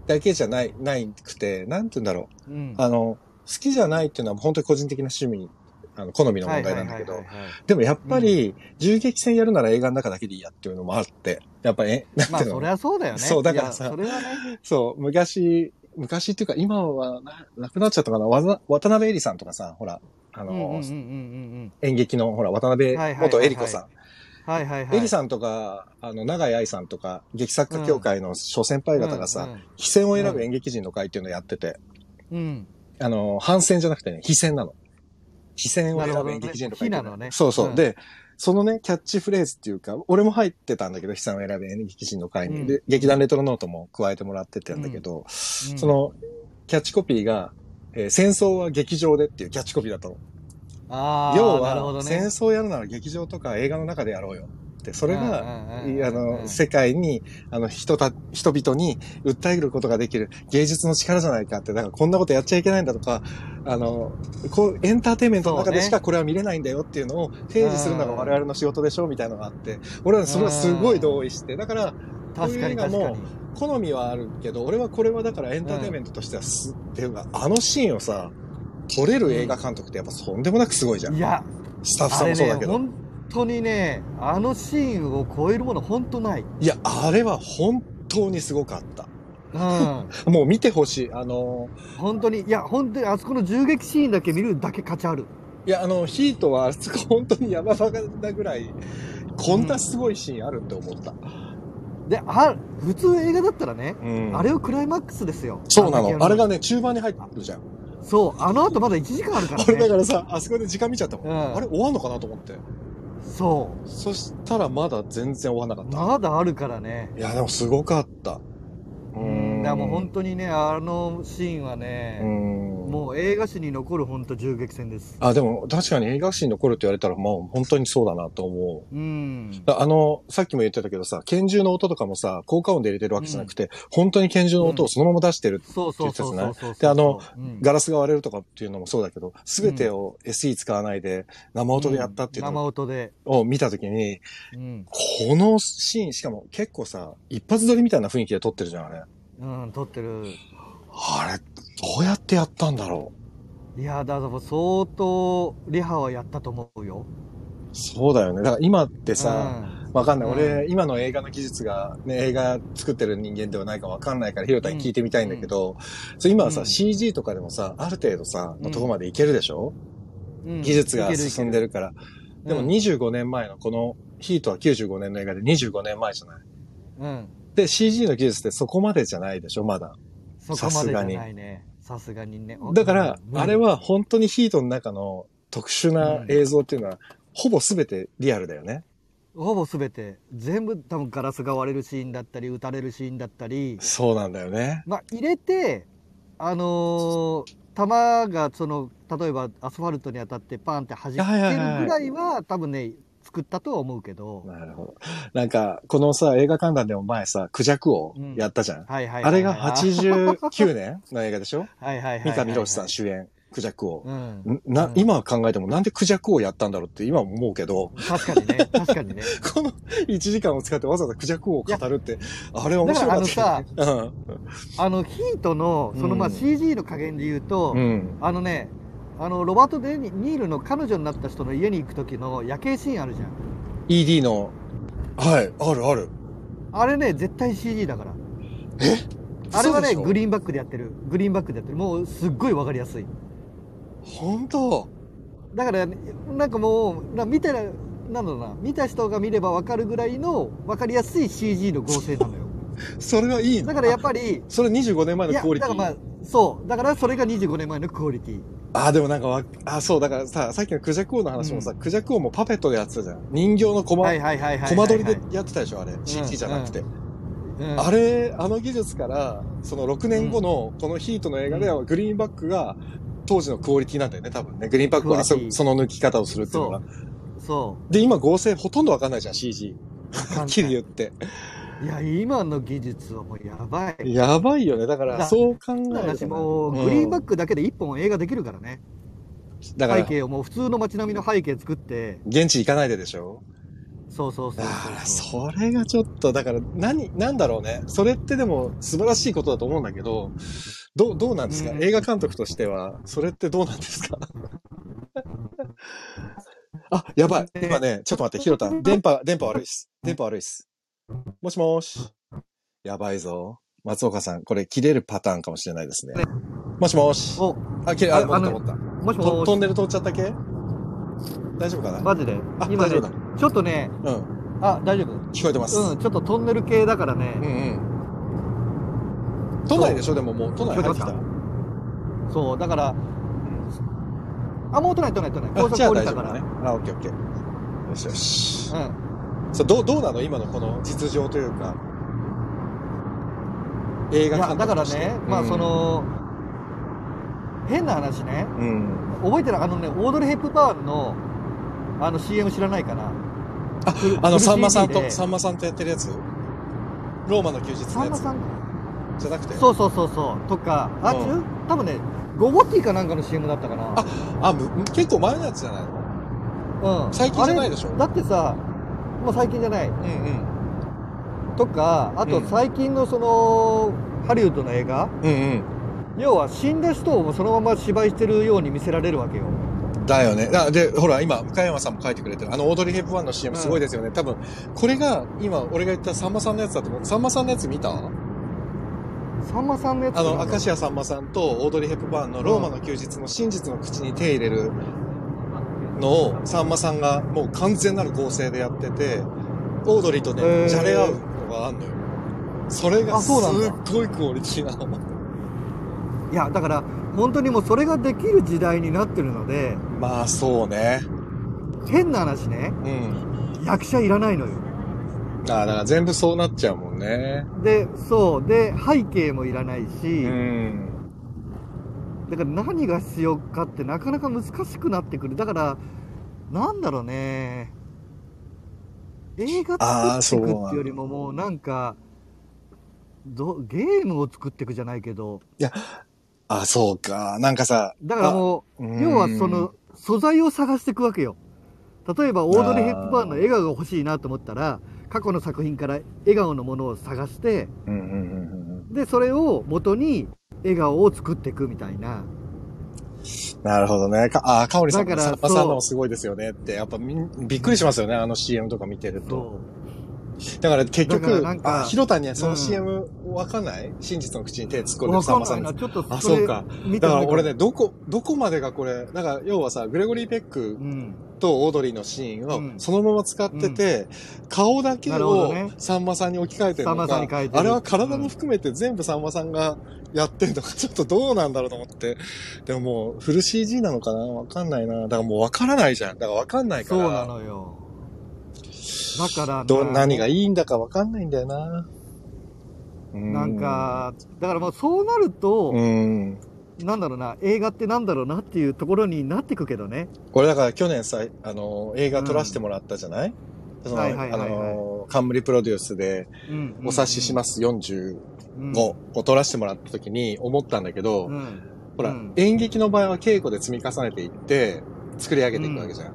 だけじゃない、ないくて、なんて言うんだろうんう。あの、好きじゃないっていうのは本当に個人的な趣味、あの、好みの問題なんだけはどい、はいはいはいでもやっぱり、銃撃戦やるなら映画の中だけでいいやっていうのもあって、やっぱり、 えなんてまあ、いうのそりゃそうだよね。そうだからさいやそれはね。そう、昔、昔っていうか今はななくなっちゃったかな、わざ渡辺恵里さんとかさ、ほら、あうの、んうんうんうんうん演劇の、ほら、渡辺はいはいはいはい元恵里子さうん。はいはいん。はい。恵里さんとか、あの、長井愛さんとか、劇作家協会の諸先輩方がうんさ、非戦を選ぶ演劇人の会っていうのをやってて、うん。あの、反戦じゃなくてね、非戦なの。非戦を選なるほぶど演劇人の会っていうは非なのねそうそう。うんで、そのね、キャッチフレーズっていうか、俺も入ってたんだけど、非戦を選ぶ演劇人の会に、うんで劇団レトロノートも加えてもらってたんだけど、そそ、の、キャッチコピーが、えー戦争は劇場でっていうキャッチコピーだったの。ああ、要なるほは、どね戦争やるなら劇場とか映画の中でやろうよって、それが、うんうんうんいあうんうんの、世界に、あの、人た、人々に訴えることができる芸術の力じゃないかって、だからこんなことやっちゃいけないんだとか、あの、こう、エンターテインメントの中でしそうかこれは見れないんだよっていうのを提示するのがうん我々の仕事でしょみたいなのがあって、俺はそれはすごい同意して、だから、確かにこういう映確画かもに。好みはあるけど、俺はこれはだからエンターテインメントとしてはす、っていうか、あのシーンをさ、撮れる映画監督ってやっぱとんでもなくすごいじゃんい。や、スタッフあさんれもそうね、だけど。本当にね、あのシーンを超えるもの、本当ない。いや、あれは本当にすごかった。うん。 本もう見てほしい。あの、当に、いや、本当に、あそこの銃撃シーンだけ見るだけ価値ある。いや、あの、ヒートはあ そこ本当に山場なぐらい、こんなすごいシーンあるって思った。で、あ、普通映画だったらね、うんあれをクライマックスですよ。そうなんだけやるの。あれがね、中盤に入ってくるじゃん。そう、あの後まだ1時間あるから俺だね。からさ、あそこで時間見ちゃったもん。うんあれ終わんのかなと思って。そそしたらまだ全然終わんなかう。っまだあるからね。た。いや、でもすごかった。ううん。だからもう本当にね、あのシーンはね、んもう映画史に残る本当銃撃戦です。あ、でも確かに映画史に残るって言われたら、もう本当にそうだなと思う。うん。だあの、さっきも言ってたけどさ、拳銃の音とかもさ、効果音で入れてるわけじゃなくて、本当に拳銃の音をそのまま出してる。そうそうそうそうそう。であのうん、ガラスが割れるとかっていうのもそうだけど、すべてを SE 使わないで、生音でやったっていう生の音で。を見たときに、うん。このシーン、しかも結構さ、一発撮りみたいな雰囲気で撮ってるじゃん、あれ。うん、撮ってる。あれ、どうやってやったんだろう。いや、だから相当、リハはやったと思うよ。そうだよね。だから今ってさ、あ、わかんない。俺、う今の映画の技術が、ね、映画作ってる人間ではないかわかんないから、ヒロタに聞いてみたいんだけど、そう今はさ、うん CG とかでもさ、ある程度さ、うんのとこまでいけるでしょ、うん技術が進んで。るから。いけるいけるでも25年前のこの、ヒートは95年の映画で25年前じゃない。うん。うんで、CG の技術ってそこまでじゃないでしょまだ。そこまでじゃないね。さすがにね。だから、うんあれ、は本当にヒートの中の特殊な映像っていうのは、ほぼ全てリアルだよね。ほぼ全て、全部多分ガラスが割れるシーンだったり、撃たれるシーンだったり、そうなんだよね。まあ、入れて、あのー弾がその例えばアスファルトに当たってパンって弾けるはいはいはいぐらいは多分ね作ったとは思うけど、なるほど。なんか、このさ、映画観覧でも前さ、クジャクをやったじゃん。はいはいはいはい あれが89年の映画でしょはいはいはいはい三上博史さん主演。クジャクを。うん。んなうん、今考えてもなんでクジャクをやったんだろうって今思うけど、確かにね。確かにね。この1時間を使ってわざわざクジャクを語るって、あ れ面白かったけどね。あの、ヒートの、そのまあうん CG の加減で言うと、うん。うん。あのね、あの、ロバート・デニニールの彼女になった人の家に行く時の夜景シーンあるじゃん。 ED の、はい、あるある。あれね、絶対 CG だから。えあれは嘘ね、でしょグリーンバックでやってる。グリーンバックでやってる。もう、すっごいわかりやすい。本当だから、ね、なんかもう、な見てる、なんだろうな、見た人が見ればわかるぐらいの、わかりやすい CG の合成 なのよ。それはいいのだからやっあぱり、それ25年前いのや、クオだリテからまィ。あ、そう。だからそれが25年前のクオリティ。あ、でもなんかわ、あ、そう、だからさ、さっきのクジャク王の話もさ、うクジャク王もパペットでやってたじゃん。人形のコマ、はいはいはいはいはいはい。コマ撮りでやってたでしょ、あれ。CG じゃなくて。うんあれ、あの技術から、その6年後のこのヒートの映画では、グリーンバックが当時のクオリティなんだよね、多分ね。グリーンバックはクオそリティその抜き方をするっていうのが。そで、今合成ほとんどわかんないじゃん、CG。う。はっきり言って。いや、今の技術はもうやばい。やばいよね。だかだら、そう考えるとね私もうグリーンバック、クだけで一本映画できるからね。うんだか背ら、景をもう普通の街並みの背景作って、現地行かないででしょそうそうそだうそうから、それがちょっと、だから、何、なんだろうね。それってでも、素晴らしいことだと思うんだけど、どう、どうなんですか、うん映画監督としては、それってどうなんですか あ、やばい。今ね、ちょっと待って、ひろたん。電波、電波悪いっす。電波悪いっす。もしもーし。やばいぞ。松岡さん、これ切れるパターンかもしれないですね。もしもーし。お、あ、切れ、あ、ああ戻のった、戻っ。もしたともトンし、ネル通っちゃった系大丈夫かなマジであ、今大丈夫ねだ。、ちょっとね、うん。あ、大丈夫。聞こえてます。うん、ちょっとトンネル系だからうね、んうん。都内でしょでももう都内入ってきた。そう、だから、あ、もう都内都内都内、高あじゃ速あ降り大丈た夫かだらね。。あ、オッケーオッケー。よしよし。うん。そうどうどうなの今のこの実情というか。映い画や、館だからね、まあそ、の、変な話ね、うん。覚えてるあのね、オードリー・ヘップバーンの、あの CM 知らないかな。あフルあの、フルさんまさん CD と、でさんまさんとやってるやつローマの休日さのんやまつさんじゃなくて。そうそうそうそう。とか、あ、うんちゅ多分ね、ゴボティかなんかの CM だったかな。ああ、む結構前のやつじゃないのうん。最近じゃないあでしょれだってさ、もう最近じゃない。うんとか、あとうん最近のその、ハリウッドの映画うん。うん要は死んだ人をもうそのまま芝居してるように見せられるわけよ。うん。だよね。だで、ほら、今、向山さんも書いてくれてる。あの、オードリー・ヘップワンの CM すごいですよね。多分、これが、今、俺が言ったさんまさんのやつだと思う。さんまさんのやつ見たさんまさんのやつあの、なんだ明石家さんまさんとオードリー・ヘップバーンのローマの休日の真実の口に手入れるのを、さんまさんがもう完全なる合成でやってて、オードリーとへね、ーじゃれ合うのがあんのよ。それがあすっそうなんだごいクオリティなの。いや、だから、本当にもうそれができる時代になってるので、まあそうね。変な話ね、うん。役者いらないのよ。ああ、だから全部そうなっちゃうもんね。で、そう。で、背景もいらないし、うん。だから何が必要かってなかなか難しくなってくる。だから、なんだろうね。映画あー作っていそうくっなんだていうよりももうなんか、どゲームを作っていくじゃないけど、あ、そうか。なんかさ、だからもうう、ん要はその、素材を探していくわけよ。例えば、オードリー・ヘップバーンの笑顔が欲しいなと思ったら、過去の作品から笑顔のものを探して、うんうんうんうんうん。で、それを元に笑顔を作っていくみたいな。なるほどね。かああ、かおりさんもだからさんまさんのそうもすごいですよねって、やっぱみんびっくりしますよね。あの CM とか見てると。そう。だから結だから局、なんかあ、ひろたんにはそうのん CM わかんない、真実の口に手突っ込んでわるさんまかんなさいんな。です。ちょっとあ、れそうか。見てだかならい俺ね、どこ、どこまでがこれ、だから要はさ、グレゴリー・ペックうん。とオードリーのシーうンんをそのまま使ってて、顔だけなるほどをねさんまさんに置き換えてるさんまのさか、んに変えてるあれは体も含めて全部さんまさんがやってるのか、ちょっとどうなんだろうと思って。でももう、フル CG なのかなわかんないな。だからもうわからないじゃん。だからわかんないかそら。うなのよ。だからなど、何がいいんだかわかんないんだよな。うんなん、か、だからもうそうなると、うん。なんだろうな、映画ってなんだろうなっていうところになってくけどね。俺だから去年さ、あの、映画撮らせてもらったじゃない、その、はいはいはいはいあの、冠プロデュースで、うんお察しします45うんを撮らせてもらった時に思ったんだけど、うん。ほら、うん演劇の場合は稽古で積み重ねていって、作り上げていくわけじゃん。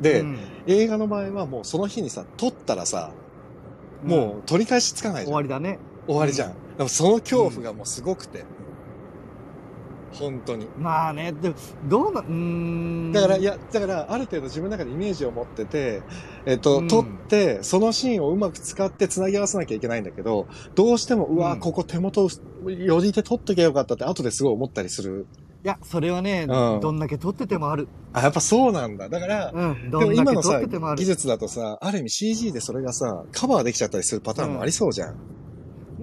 で、うん映画の場合はもうその日にさ、撮ったらさ、もう取り返しつかないじ終ゃん。わりだね。終わりじゃん。でもその恐怖がもうすごくて。本当に。まあね、でも、どうな、うーん。だから、い、や、だから、ある程度自分の中でイメージを持ってて、えっと、うん撮って、そのシーンをうまく使って繋ぎ合わせなきゃいけないんだけど、どうしても、うわ、うんここ手元を寄りで撮っときゃよかったって、後ですごい思ったりする。いや、それはね、うんどんだけ撮っててもある。あ、やっぱそうなんだ。だから、うん、でどもんだ今けの撮さっててもあ、る技。術だとさ、ある意味 CG でそれがさ、カバーできちゃったりするパターンもありそうじゃん。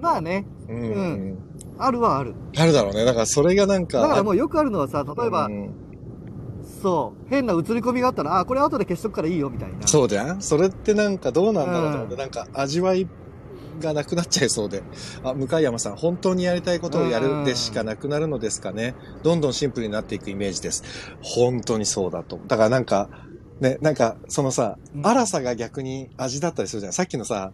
まあね、うん。うあるはある。あるだろうね。だからそれがなんか、だからもうよくあるのはさ、例えば、うんそう、変な映り込みがあったら、あ、これ後で消しとくからいいよ、みたいな。そうじゃんそれってなんかどうなんだろうと思って、うんなんか味わいがなくなっちゃいそうで。あ、向山さん、本当にやりたいことをやるでしかなくなるのですかね。どんどんシンプルになっていくイメージです。本当にそうだと思う。だからなんか、ね、なんか、そのさ、うん粗さが逆に味だったりするじゃん。さっきのさ、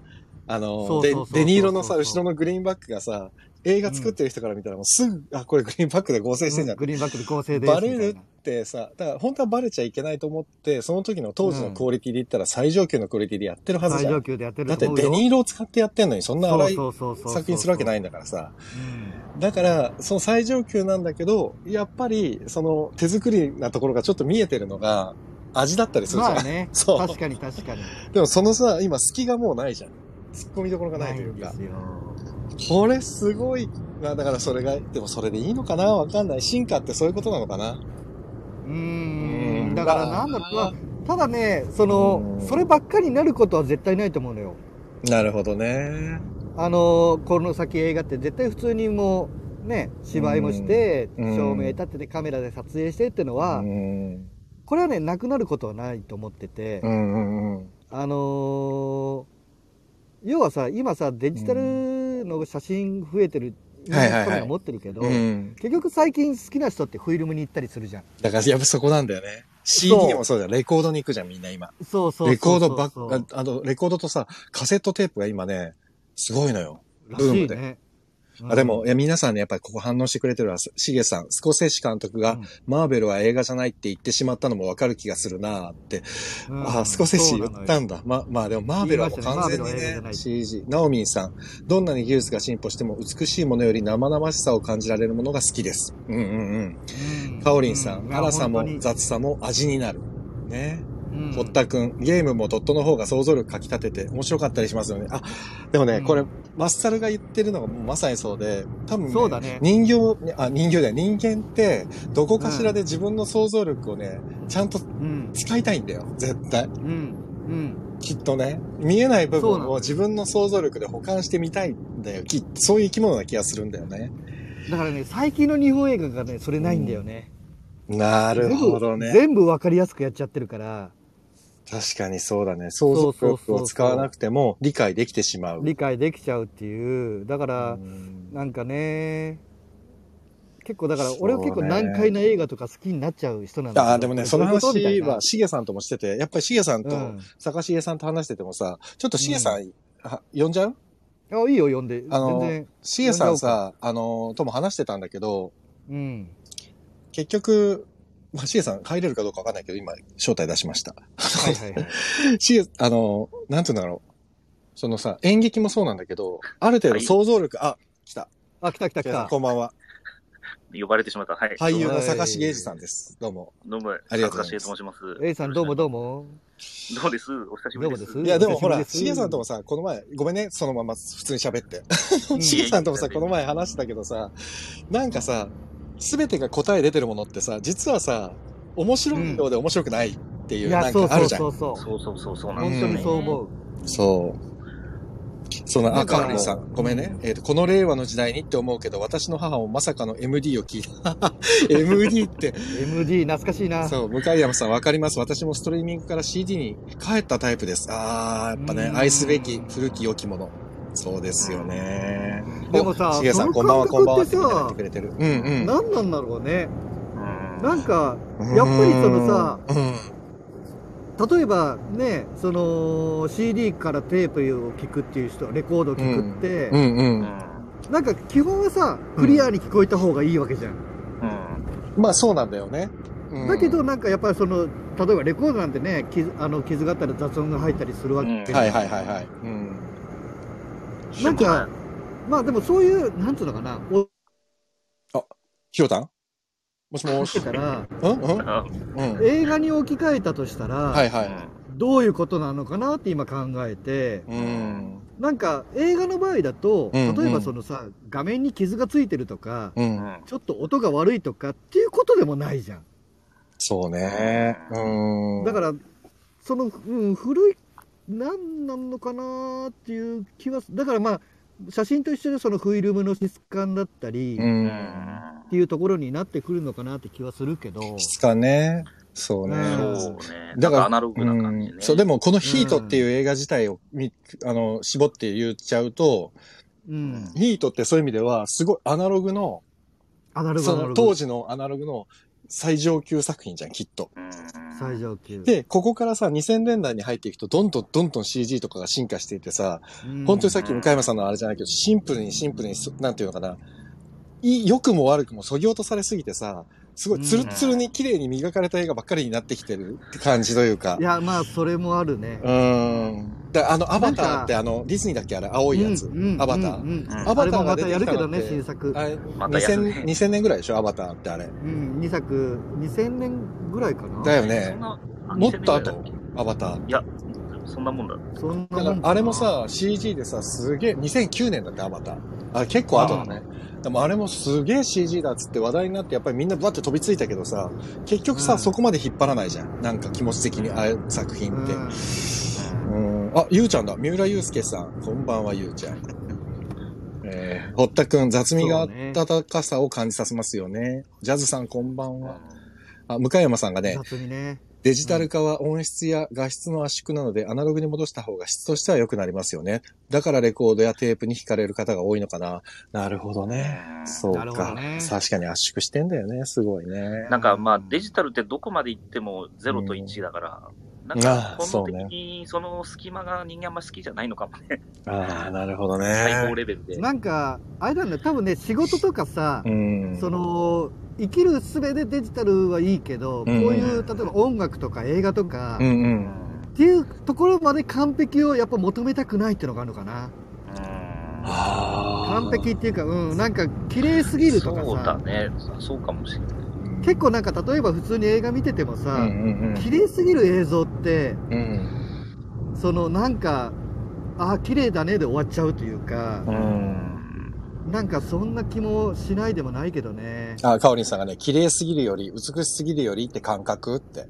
あその、うそうデそうそうデニーロのさ、後ろのグリーンバックがさ、映画作ってる人から見たらもうすぐ、あ、これグリーンバックで合成してんじゃん。グリーンバックで構成です。バレみるたいってさ、だから本当はバレちゃいけないと思って、その時の当時のクオリティで言ったら最上級のクオリティでやってるはなずじ最ゃん。上級でやってだるっとて思うデよ。ニーロを使ってやってんのにそんな荒いそうそうそうそう。作品するわけないいんだからさ。うんだから、その最上級なんだけど、やっぱり、その手作りなところがちょっと見えてるのが味だったりするじゃん。、まあね そう。確かに確かに。でもそのさ、今隙がもうないじゃん。突っ込みどころがないというでかす。よ。これすごい。まあだからそれが、でもそれでいいのかなわかんない。進化ってそういうことなのかなううーんん、だからなんだろう、ままああ、ただね、そのうん、そればっかりになることは絶対ないと思うのよ。なるほどね。あのこの先映画って絶対普通にもうね芝居もしてうん照明立ててカメラで撮影してってのうはん。これはねなくなることはないと思っててうんうんうん。あのー要はさ今さデジタルの写真増えてるはいはいはいカメラ持ってるけどうん。結局最近好きな人ってフィルムに行ったりするじゃんだからやっぱそこなんだよね。CD そうもそうだよ。レコードに行くじゃん、みんな今。そうそうそうそうレコードばそっか、うあの、レコードとさ、カセットテープが今ね、すごいのよ。らブーしムいでねあでも、いや、皆さんね、やっぱりここ反応してくれてるのは、シゲさん、スコセッシ監督が、マーベルは映画じゃないって言ってしまったのもわかる気がするなーってああ、スコセッシ言ったんだ。ま、まあでもマーベルはもう完全に言いましたねマーベルはね映画じゃな、い CG。ナオミンさん、どんなに技術が進歩しても美しいものより生々しさを感じられるものが好きです。うんうんうん。カオリンさん、辛さもザ雑さも味になる。ね。堀田くん、ゲームもドットの方が想像力かき立てて面白かったりしますよね。あ、でもね、うんこれ、マッサルが言ってるのがもうまさにそうで、多分ね、そうだね人形、あ、人形だよ。人間って、どこかしらで自分の想像力をね、ちゃんとうん使いたいんだよ。絶対。うんうんきっとね、見えない部そう分なをの自分の想像力で保管してみたいんだよ。きっとそういう生き物な気がするんだよね。だからね、最近の日本映画がね、それないんだよね。なるほどね。全部わかりやすくやっちゃってるから、確かにそうだね。想像力を使わなくても理解できてしまう。理解できちゃうっていう。だから、うんなんかね、結構だからそう、ね俺は結構難解な映画とか好きになっちゃう人なんだけどああ、でもね、そのどうい話うことみたいなは、しげさんともしてて、やっぱりしげさんう。と、坂重さんと話しててもさ、ちょっとしげさん、は呼んじゃうんあ、いいよ、読んで。あの全然。しげさんさ、あの、とも話してたんだけど、 うん。結局、まあ、しげさん入れるかどうかわかんないけど、今、招待出しました。はいはいはい。し、あの、なんて言うんだろう。そのさ、演劇もそうなんだけど、ある程度想像力、あ、来た。あ、来た来た来皆さんた。こんばんは。呼ばれてしまった。はい。俳優はのい坂重英二さんです。どうも。どうも、ありがとうござい坂ま田す茂と申します。 A さんどうもどうも。どうですお久しぶりです。どうもいや、でもお久しほぶりら、ですしげさんともさ、この前、ごめんね、そのまま普通に喋って。うんしげさんともさ、この前話したけどさ、なんかさ、すべてが答え出てるものってさ、実はさ、面白いようで面白くないっていいう、なや、んそうかあそるうじゃんそ。うそう。そうそうそう、そうなん本です当よにね。そう思う。そう。そのだあ、からカーリンさん。ごめんね。えっ、と、この令和の時代にって思うけど、私の母もまさかの MD を聞いた。MD って。 MD 懐かしいな。そう、向山さんわかります。私もストリーミングから CD に帰ったタイプです。あー、やっぱね、うん愛すべき古き良きもの。そうですよね。でもさおしげさん、そこんのばんは、感こんばんはっ覚っててさ言ってくれてる。うんうん。何なんだろうね。うんなんか、やっぱりそのさうん、例えばねその CD からテープを聞くっていう人レコードを聞くって、うんうん。うなんか基本はさクリアに聞こえた方がいいわけじゃん、ん。まあそうなんだよね。うんだけど、なんかやっぱりその、例えばレコードなんてね、傷あの傷があったり雑音が入ったりするわけ、うんはいはいはいはい。うん。なんか、まあでもそういう、なんつうのかな、おひろたんもしもしし。てたら、うんうん瞬間うん。映画に置き換えたとしたら、はいうはい。んどういうことなのかなって今考えて、うん。なんか映画の場合だと、うんうん例えばそのさ、画面に傷がついてるとか、う。うんんちょっと音が悪いとかっていうことでもないじゃん。そうね。うん。だから、その、うん、古い、なんなんのかなっていう気はす、だからまあ、写真と一緒でそのフィルムの質感だったり、うっん。ていうところになってくるのかなって気はするけど、質感ね。そうね。うんそうね。だかだかららアナログな感じね。そう、でもこのヒートっていう映画自体を見、あの、絞って言っちゃうと、うん。ヒートってそういう意味では、すごいアナログの、アナログそアナロのグ当時のアナログの最上級作品じゃん、きっと。うん、最上級。で、ここからさ、2000年代に入っていくと、どんどんどんどん CG とかが進化していてさ、うん本当にさっき向山さんのあれじゃないけど、シンプルにシンプルにそ、なんていうのかな、いい良くも悪くも削ぎ落とされすぎてさ、すごいツルツルに綺麗に磨かれた映画ばっかりになってきてるって感じというかい。や、まあ、それもあるねう。ーん。だあの、アバターってあの、ディズニーだっけあれ、青いやつ。うんアバターうんうんうんアあバれタもーがま出たてやきるたけどのっね、新て、作。あれ、またやるね2000、2000年ぐらいでしょアバターってあれ。うん、2作、2000年ぐらいかな。だよそねん。なもっとあ後、アバター。いや、そんなもんだ。そんなだもかんらあれも、さ、CG でさ、すげえ、2009年だって、アバター。あれ結構後だね。でもあれもすげえ CG だっつって話題になって、やっぱりみんなバって飛びついたけどさ、結局さ、うんそこまで引っ張らないじゃん。なんか気持ち的に、ああいう作う品んって。うん。あ、ゆうちゃんだ。三浦祐介さん。こんばんは、ゆうちゃ ん。えー、堀田くん、雑味がそうね温かさを感じさせますよね。ジャズさん、こんばんは。あ、向山さんがね、雑にね。デジタル化は音質や画質の圧縮なので、アナログに戻した方が質としては良くなりますよね。だからレコードやテープに惹かれる方が多いのかな。なるほどね。そうなるほか。どね確かに圧縮してんだよね。すごいね。なんかまあデジタルってどこまで行っても0と1だから、なんあかー本能的にその隙間が人間あんま好きじゃないのかもね。ああ、なるほど最高ね。レベルで。なんか、あれなんだよ、多分ね、仕事とかさう、ん。その、生きるすべでデジタルはいいけど、こういう、例えば音楽とか映画とかうん、う。うんんっていうところまで完璧をやっぱ求めたくないっていうのがあるのかな。完完璧っていうか、うん、なんか、綺麗すぎるとかそうださ、ね。そうかもしれない。結構なんか、例えば普通に映画見ててもさ、うんうん綺麗すぎる映像ってうんうんそのなんかあー綺麗だねで終わっちゃうというかうんなんかそんな気もしないでもないけどねあ、かおりんさんがね、綺麗すぎるより、美しすぎるよりって感覚って。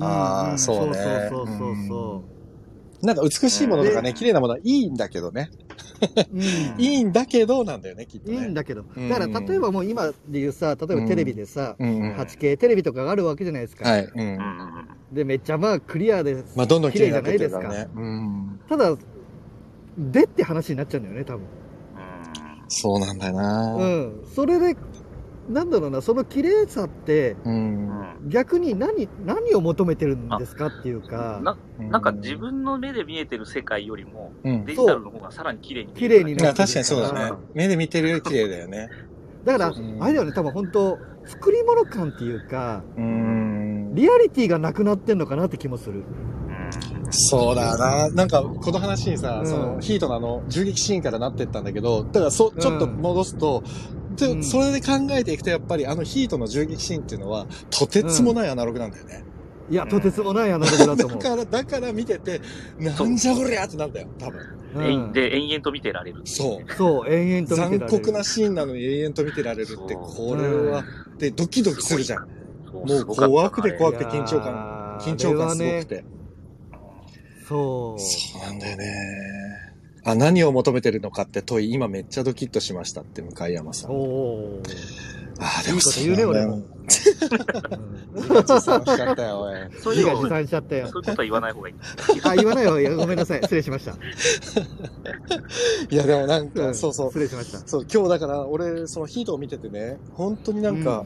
あーんんそうねそうそうそうそなんか美しいものとかね、うん綺麗なものはいいんだけどね。う、うん、いいいんだけどなんだよね、きっとね。いんだけどんだから例えばもう今でいうさ例えばテレビでさ、うんうん。 8K テレビとかがあるわけじゃないですか、はい。うんう。んでめっちゃまあクリアでまあ、どんどん綺麗になってくるからね。うん。ただでって話になっちゃうんだよね多分そうなんだよな。うんそれでなんだろうなその綺麗さってう。うんん逆に何何を求めてるんですかっていうかななんか自分の目で見えてる世界よりも、うん。デジタルの方がさらに綺麗に見綺える麗にいなや、ってる確かにそうだね。目で見てるより綺麗だよね。だから、うんあれだよね、多分本当、作り物感っていうか、うん。リアリティがなくなってんのかなって気もする。うんそうだな。なんか、この話にさ、うんその、ヒートのあの、銃撃シーンからなってったんだけど、だから、そ、ちょっと戻すと、でうんそれで考えていくと、やっぱり、あのヒートの銃撃シーンっていうのは、とてつもないアナログなんだよね。いや、うんとてつもないアナログだとだ思う。から、だから見てて、なんじゃこりゃってなんだよ、多分。うんえいで、延々と見てられる。そう。そう、延々と見てられ残る。酷なシーンなのに永遠と見てられるって、そうこれは、で、ドキドキするじゃん。そもううすごかったな怖くて怖いくやてー緊張感、緊張感すごくあれはねて。そう。そうなんだよね。あ、何を求めてるのかって問い、今めっちゃドキッとしましたって、向山さん。あおーあ、でもそういいこと言うねなんだよ。うん楽しかったよ、おい。そうい自画うこ自と賛しちゃったよそうい。うことは言わない方がいい。あ、言わないよ。いやごめんなさい。失礼しました。いや、でもなんうか、んそうそう。失礼しました。そう、今日だから、俺、そのヒートを見ててね、本当になんか、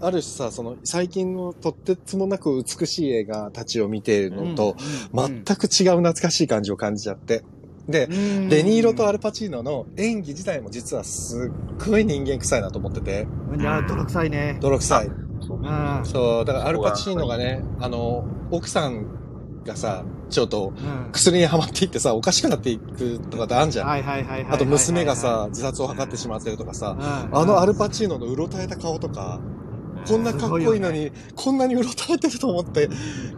ある種さ、その、最近のとってつもなく美しい映画たちを見ているのと、う全んく違う懐かしい感じを感じちゃって。で、レレニーロとアルパチーノの演技自体も実はすっごい人間臭いなと思ってて、いや、泥臭いね。泥臭い。そううん。そう、だからアルパチーノがね、あの、奥さんがさ、ちょっとうん薬にはまっていってさ、おかしくなっていくとかってあんじゃん。はいはいはいはいはいはい。あと娘がさ、、自殺を図ってしまってるとかさ、ああのアルパチーノのうろたえた顔とか、こんなかっこいいのに、こんなにうろたえてると思って、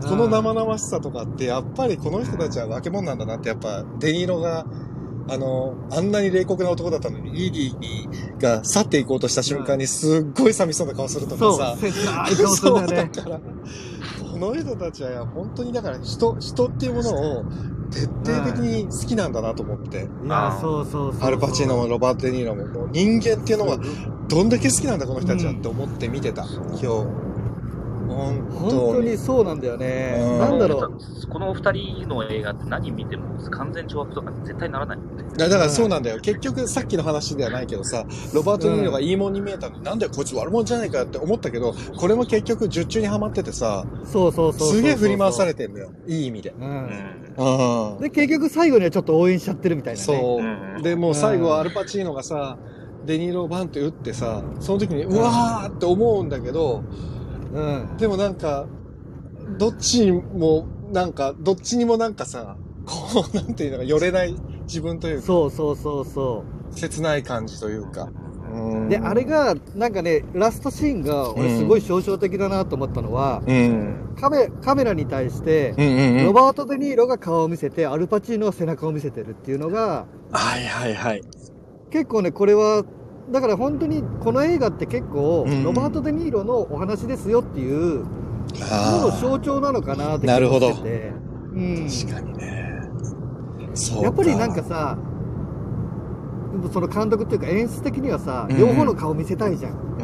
この生々しさとかって、やっぱりこの人たちは化け物なんだなって、やっぱ、デニーロが、あの、あんなに冷酷な男だったのに、イーディが去っていこうとした瞬間に、すっごい寂しそうな顔するとかそう、さ、切ない顔する んだよね。そうだから、この人たちは本当にだから人、人っていうものを徹底的に好きなんだなと思って、いや、そうそうそう。アルパチーノもロバート・デ・ニーロも、もう人間っていうのはどんだけ好きなんだこの人たちはって思って見てた、今日。本本当当に。にそうなんだよねう。んなんだろう。う。このお二人の映画って何見ても完全懲悪とか絶対ならない。だからそうなんだよ。結局さっきの話ではないけどさ、ロバート・デ・ニーロがいいもんに見えたのに、なんだよこいつ悪者じゃないかって思ったけど、これも結局術中にはまっててさ、そうそうそうそう。すげえ振り回されてんだよ。いい意味で。うん。うん。で、結局最後にはちょっと応援しちゃってるみたいなね。そうう。んで、もう最後はアルパチーノがさ、デニーロをバンって打ってさ、その時に、うわーって思うんだけど、うん。でもなんか、どっちも、なんか、どっちにもなんかさ、こう、なんていうのか、寄れない自分というか、そうそうそうそ切ない感じというか。う。で、あれ、が、なんかね、ラストシーンが、俺すごい象徴的だなと思ったのは、うん。カメ、カメラに対してう、んうんうロん。バート・デ・ニーロが顔を見せて、アルパチーノは背中を見せてるっていうのが、はいはいはい。結構ね、これは、だから本当にこの映画って結構、うんロバート・デ・ニーロのお話ですよっていう、ののあ象徴なのかなってなるほど気がしててうんあ、確かにね。そうやっぱりなんか、さその監督っていうか演出的にはさ、うん両方の顔見せたいじゃんう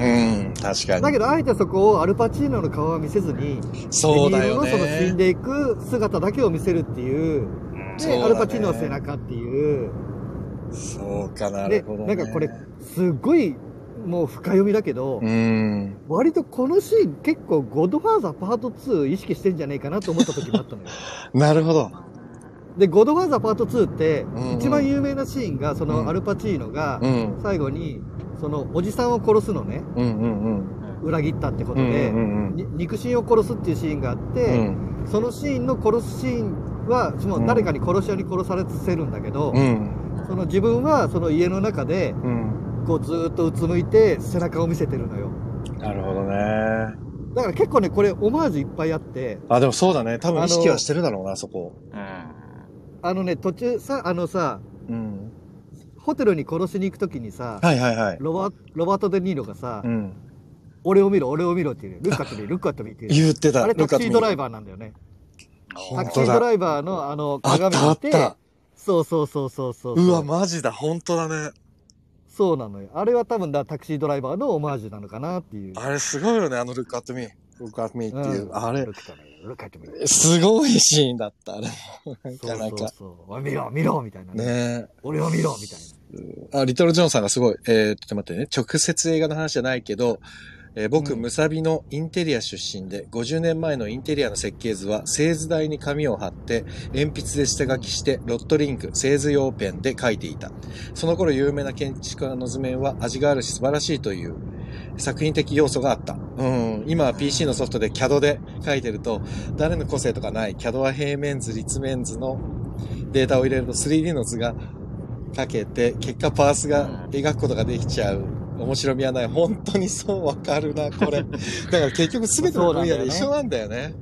ん、確かだに。けどあえてそこをアルパチーノの顔は見せずにそうだよデニーロのその死んね。でいく姿だけを見せるっていうでそうだねアルパチーノの背中っていうそうかなでるほど、なね。んかこれすごいもう深読みだけど、うん。割とこのシーン結構「ゴッドファーザーパート2」意識してんじゃねえかなと思った時もあったのよなるほど。で、ゴッドファーザーパート2ってうんうん、一番有名なシーンが、そうのんアルパチーノがう、ん。最後に、そのおじさんを殺すのね、うんうんうん。裏切ったってことうんうで、んに肉親を殺すっていうシーンがあっうん。うて、んそのシーンの殺すシーンは、その誰かに殺し屋に殺されてるんだけどう、ん。その自分はその家の中で、うん。こうずーっとうつむいて背中を見せてるのよ。なるほどね。だから結構ね、これオマージュいっぱいあって、あ、でもそうだね。多あ分の意識はしてるだろうな、そこ。あのね、途中さ、あのさ、うん。ホテルに殺しに行くときにさ、はいはいはい。ロバロバート・デ・ニーロがさ、うん。俺を見ろ、俺を見ろっていう、ルッカトビー、ルッカトビーっていう。言ってた。あれタクシードライババーなんだよね。本タクシ当ーだドライバーのあの、あっ鏡たあ見、ってた。そうそうそうそうそう。うわ、マジだ。本当だね。そうなのよ。あれは多分だ、タクシードライバーのオマージュなのかなっていう。あれすごいよね、あのルックアットミー。ルックアットミーっていう。うんあれル、ッカトビー、ルッカトビー。すごいシーンだった。あれ。なそかなうそうか。そう。おい見ろ、見ろみたいなね。ね俺を見ろみたいな。え。あ、リトル・ジョンさんがすごい。えー、ちょっと待ってね。直接映画の話じゃないけど、えー僕、うんムサビのインテリア出身で、50年前のインテリアの設計図は、製図台に紙を貼って、鉛筆で下書きして、ロットリンク、製図用ペンで書いていた。その頃有名な建築家の図面は味があるし素晴らしいという作品的要素があった。うん。今は PC のソフトで CAD で書いてると、誰の個性とかない CAD は平面図、立面図のデータを入れると 3D の図が書けて、結果パースが描くことができちゃう。面白みはない。本当にそうわかるな、こ れ。だから結局全ての分野で一緒なんだよね。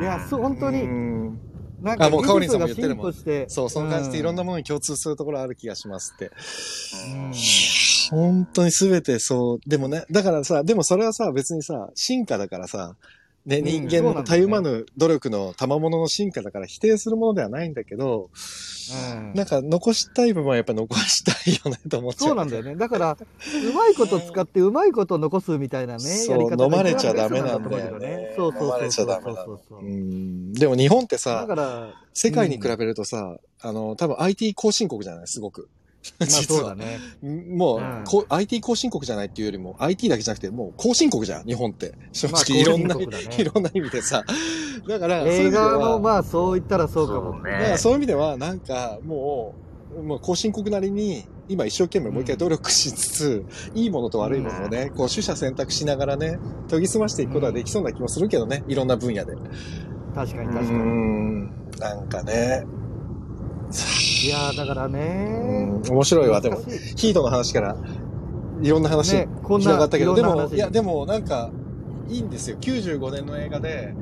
いや、そう、本当うに、んなんか、あもうカオリンさんも技術が進歩してそう、その感じでいろんなうものに共通するところある気がしますって。ん本当に全てそう。でもね、だからさ、でもそれはさ、別にさ、進化だからさ、ね、うん人間そうなのんただよゆねまぬ努力の賜物の進化だから否定するものではないんだけど、うんなんか残したい部分はやっぱ残したいよねと思っちゃう。そうなんだよね。だから、うまいこと使って、うまいこと残すみたいなね、そやうり方が飲まれちゃダメなんだよね一番ベストだと飲まれちゃダメなの思うけどねそうそうそう。そうそうそううん。でも日本ってさだ、から、世界に比べるとさ、あの、多分 IT 後進国じゃないすごく。まあ実そうだは。ね。もう、うんこ IT 後進国じゃないっていうよりも、IT だけじゃなくて、もう後進国じゃん、日本って。正ま あ直、いろんな、後進国だねいろんな意味で さ。だから、そういう意映味で画はもまあそう言ったらそうかも。そうだからね。そういう意味では、なんか、もう、もう後進国なりに、今一生懸命もう一回努力しつつ、いいものと悪いものをね、こう取捨選択しながらね、研ぎ澄ましていくことはできそうな気もするけどね、いろんな分野で。確かにう確かに。ん。なんかね、いやーだからうんね。面白いわ、でも難。しいヒートの話から、いろんな話、ね、こんつながなったけど、でいろんなも、話いや、でもなんか、いいんですよ。95年の映画で、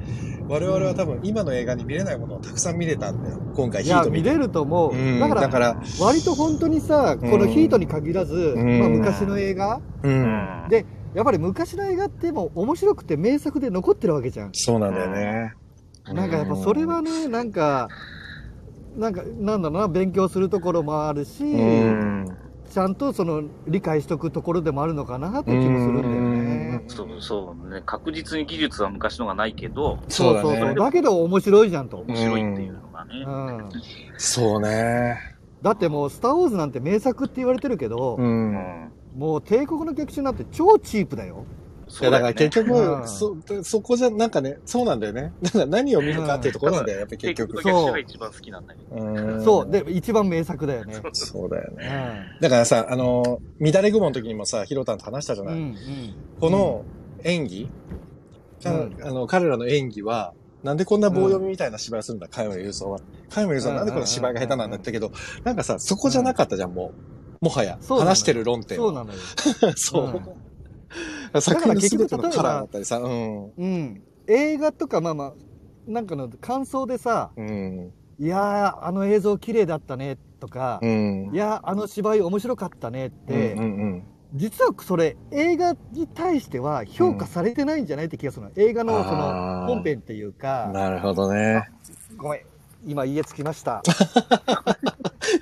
我々は多分今の映画に見れないものをたくさん見れたんだよ。今回いヒーやト見見て。れると思う。うんだからだから、割と本当にさ、このヒートに限らず、んまあ、昔の映画、うん。でやっぱり昔の映画ってもう面白くて名作で残ってるわけじゃん。そうなんだよね。なんかやっぱそれはね、なんか、なんか、なんだろうな、勉強するところもあるし、うん、ちゃんとその理解しとくところでもあるのかなって気もするんだよね。そうそうね、確実に技術は昔のがないけど、そうだそうそう。ね。だけど面白いじゃんと。面白いっていうのがね。うんそうね。だってもう、スター・ウォーズなんて名作って言われてるけど、うん。うんもう帝国の劇中なんて超チープだよ。いそや、うだだからよね結う局、んそ、そこじゃ、なんかね、そうなんだよね。なんか何を見るかっていうところなんだよ、やっぱり結結局局の。逆手が一番好きなんだけど。うんそう。、で、一番名作だ よね。そうだよね。うだからさ、あの、乱れ雲の時にもさ、ヒロタンと話したじゃん。なうい。ん。この演技、かうんあの、彼らの演技は、なんでこんな棒読みみたいな芝居をするんだ、加山雄三は。加山雄三はなんでこんな芝居が下手なんだってけど、なんかさ、そこじゃなかったじゃん、もう。もはや、そうなの話してる論点そはうなのよ。そう。 作品の全てのカラーだったりさ、うん。うん。映画とか、まあまあ、なんかの感想でさ、うん。いやー、あの映像綺麗だったね、とかう、ん。いやー、あの芝居面白かったねっうんて、うん実はそれ、映画に対しては評価されてないんじゃないって気がするの。映画のそあーの、本編っていううん。か、なるほどね。ごめん、今家つきました。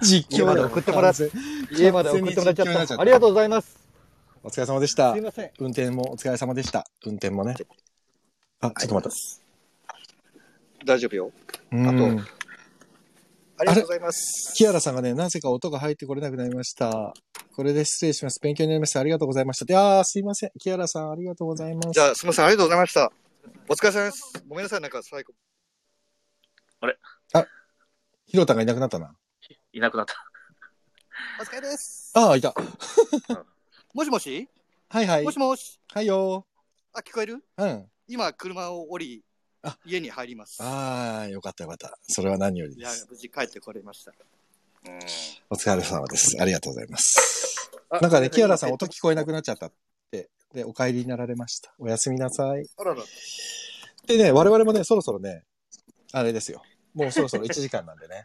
実況家まで送ってもらっ完全家まで送って完全に実況にもらっちなゃっっちゃったた。ありがとうございます。お疲れ様でしたすい。ません。運転もお疲れ様でした。運転もね。あ、ちょっと待っ大丈夫よ。た。うん。ありがとうございます。キアラさんがね、なぜか音が入ってこれなくなりました。これで失礼します。勉強になりました。ありがとうございました。で、あー、すいません。キアラさん、ありがとうございます。ゃあ、すみません、ありがとうございました。お疲れ様です。ごめんなさい、なんか最後。ヒロタがいなくなったな。いなくなった。お疲れです。あー、いた。もしもし、はいはいも。しもし。はいよあ、聞こえるー。うん。今、車を降りあ、家に入ります。あー、よかったよかった。それは何よりいでやす。、無事帰ってこれました。うんお疲れ様です。ありがとうございます。あなんかね、キアラさんえっ音と聞こえなくなっちゃったって。で、お帰りになられました。おやすみなさい。あらら。でね、我々もね、そろそろね、あれですよ。もうそろそろ1時間なんで ね。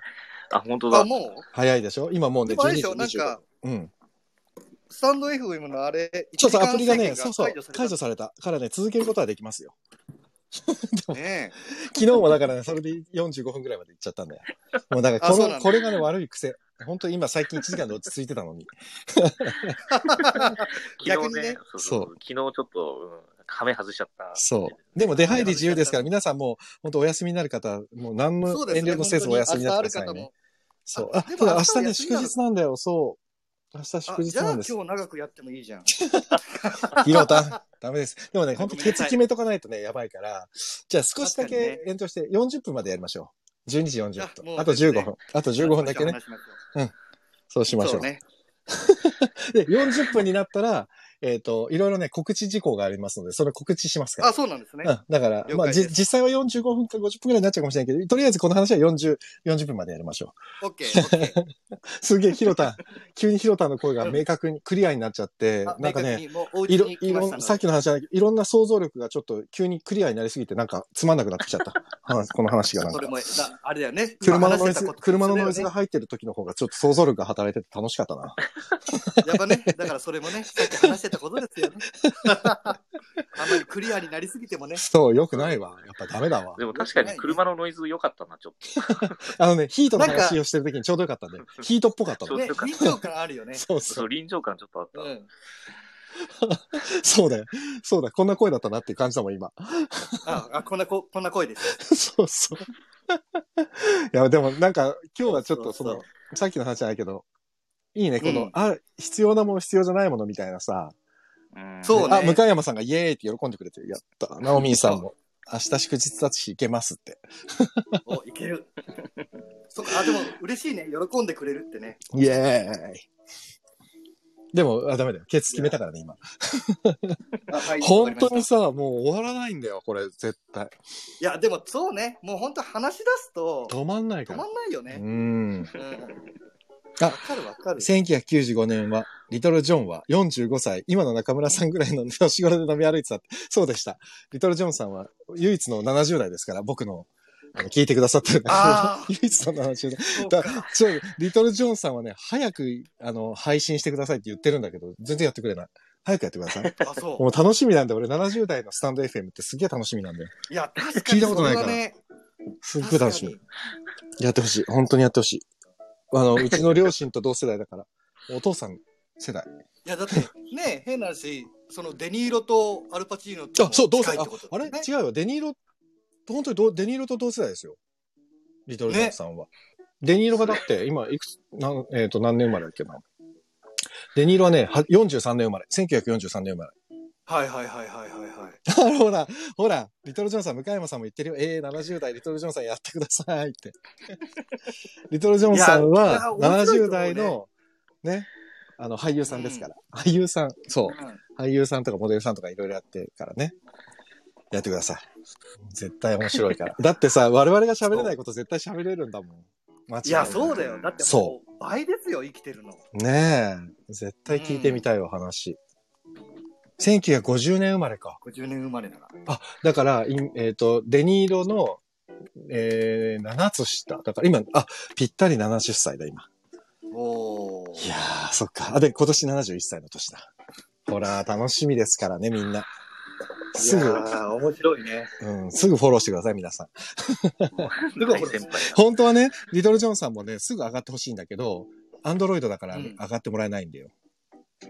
あ、本当あ、だ。も早いでしょ今もうね、でもあれでしょ12時なんか25うん。う、スタンド FM のあれ、ちょっとアプリがね、一そう時そう間制限が、解解除除さされたからね、続けることはできますよ。れたね昨日もだからね、それで45分くらいまで行っちゃったんだよ。もうだからあこそうの、なんだこれがね、悪い癖。本当に今最近1時間で落ち着いてたのに。昨逆日にねねそうそうそ昨日ちょっと、うん、ハメ外しちゃった。そう。でも出入り自由ですから、皆さんもう本当お休みになる方は、もう 何のそうです遠ね慮のせずお休みになってくださいね。。そう。あ、でもただ明明日日ね、休みな祝の日なんだよ、そう。明日本当祝に日明日なんで休みだすと。思うあじゃあ今日長くやってもいいじゃん。 ヒロタン。ダメです。でもね、本当ごめケんなさいツ決めとかないとね、やばいから、じゃあ少しだ確かけ延長して40分までやりましょう。12時40あも分うと。あと15分。あと15分だけね。話しましょそうしう。ましそょうう。ね。で、40分になったら、えっ、と、いろいろね、告知事項がありますので、それ告知しますから。あ、そうなんですね。うん。だから、了まあ、解ですじ実際は45分か50分くらいになっちゃうかもしれないけど、とりあえずこの話は40、40分までやりましょオッケー、オッケー。う。すげえ、ヒロ タン。急にヒロタンの声が明確に、クリアになっちゃってあ、 なんか明ね確、にもうおい家ろ、にい来ましろた、のでさっきの話じゃないいろんな想像力がちょっと急にクリアになりすぎて、なんかつまんなくなってきちゃった。 話この話がなんそかれ。も、だあれだよね。車の今ノイ話してズたこ、と車のノイズそがれだよね入ってる時の方がちょっと想像力が働いてて楽しかった な。やっぱね、だからそれもね、さっき話してたことですよね。 あんまりクリアになりすぎてもね。そう、よくないわ。やっぱダメだわ。でも確かに車のノイズ良かったな、ちょっあのね、ヒートのなんか話をしてる時にちょうどよかったんで、ヒートっぽかったの。ね、臨場感あるよね。そうと。そそうう、。臨場感ちょっとあった。うん。そうだよ。そうだ。こんな声だったなっていう感じだもん、今。あ、あこんなこ、こんな声です。そうそう。 いや、でもなんか、今日はちょっとそそうのそ、さっきの話じゃないけど、いいね、こうのん、あ、必要なもの、必要じゃないものみたいなさ。うんそうねあ、向山さんがイエーイって喜んでくれてる。やった。ナオミンさんも。明日祝日だし行けますって。お、いける。そっか、あ、でも嬉しいね。喜んでくれるってね。イエーイ。でも、あ、ダメだよ。ケツ決めたからね、今。あはい本当わかりまにしさ、もう終わらないんだよ、これ、絶対。たいや、でもそうね。もう本当話し出すと、止まんないか止らま。んないようね。ん。うん。わあかるわかる。 1995年は、リトル・ジョンは45歳、今の中村さんぐらいの年頃で飲み歩いてたって。そうでした。リトル・ジョンさんは唯一の70代ですから、僕の、あの聞いてくださってる中あで 唯一の70代。そうだか。ちょ、リトル・ジョンさんはね、早く、あの、配信してくださいって言ってるんだけど、全然やってくれない。早くやってくださ い。あ、そもう楽しみなんだよ。俺70代のスタンド FM ってすげえ楽しみなんだよ。う。いや、確か聞いにたことないからそれはねすっごい楽しみ確。やってほしい。本当にやってほしい。あの、うちの両親と同世代だから。お父さん世代。いや、だって、ね、変な話、そのデニーロとアルパチーノあ、そう、同世近い代。っあてことあだれよね違うよ。デニーロ、本当にどうデニーロと同世代ですよ。リトル・ジョンさんは。デニーロがだって、今、いくつ、なんえっ、と、何年生まれだっけな。デニーロはね、は43年生まれ。1943年生まれ。はいはいはいはいはいはい。ほら、ほら、リトル・ジョンさん、向山さんも言ってるよ。ええー、70代、リトル・ジョンさんやってくださいっ て。リトル・ジョンさんいやは、面白いと70思うね代の、ね、あの、俳優さんですから。俳優さん、そう。俳優さんとかモデルさんとかいろいろやってるからね。やってください。絶対面白い から。だってさ、我々が喋れないこと絶対喋れるんだもん。間違いいなや、そうだよ。だっても、そう倍ですよ、生きてるの。ねえ。絶対聞いてみたいわ、話。1950年生まれか。 50年生まれなら。あ、だから、いえっ、と、デニーロの、えー、7つ下。だから今、あ、ぴったり70歳だ、今。おーいやー、そっか。あ、で、今年71歳の年だ。ほら、楽しみですからね、みんな。すいぐや、ー面白いね。うん、すぐフォローしてください、皆さん。すごい大先輩だ。本当はね、リトル・ジョンさんもね、すぐ上がってほしいんだけど、アンドロイドだからう上んがってもらえないんだよ。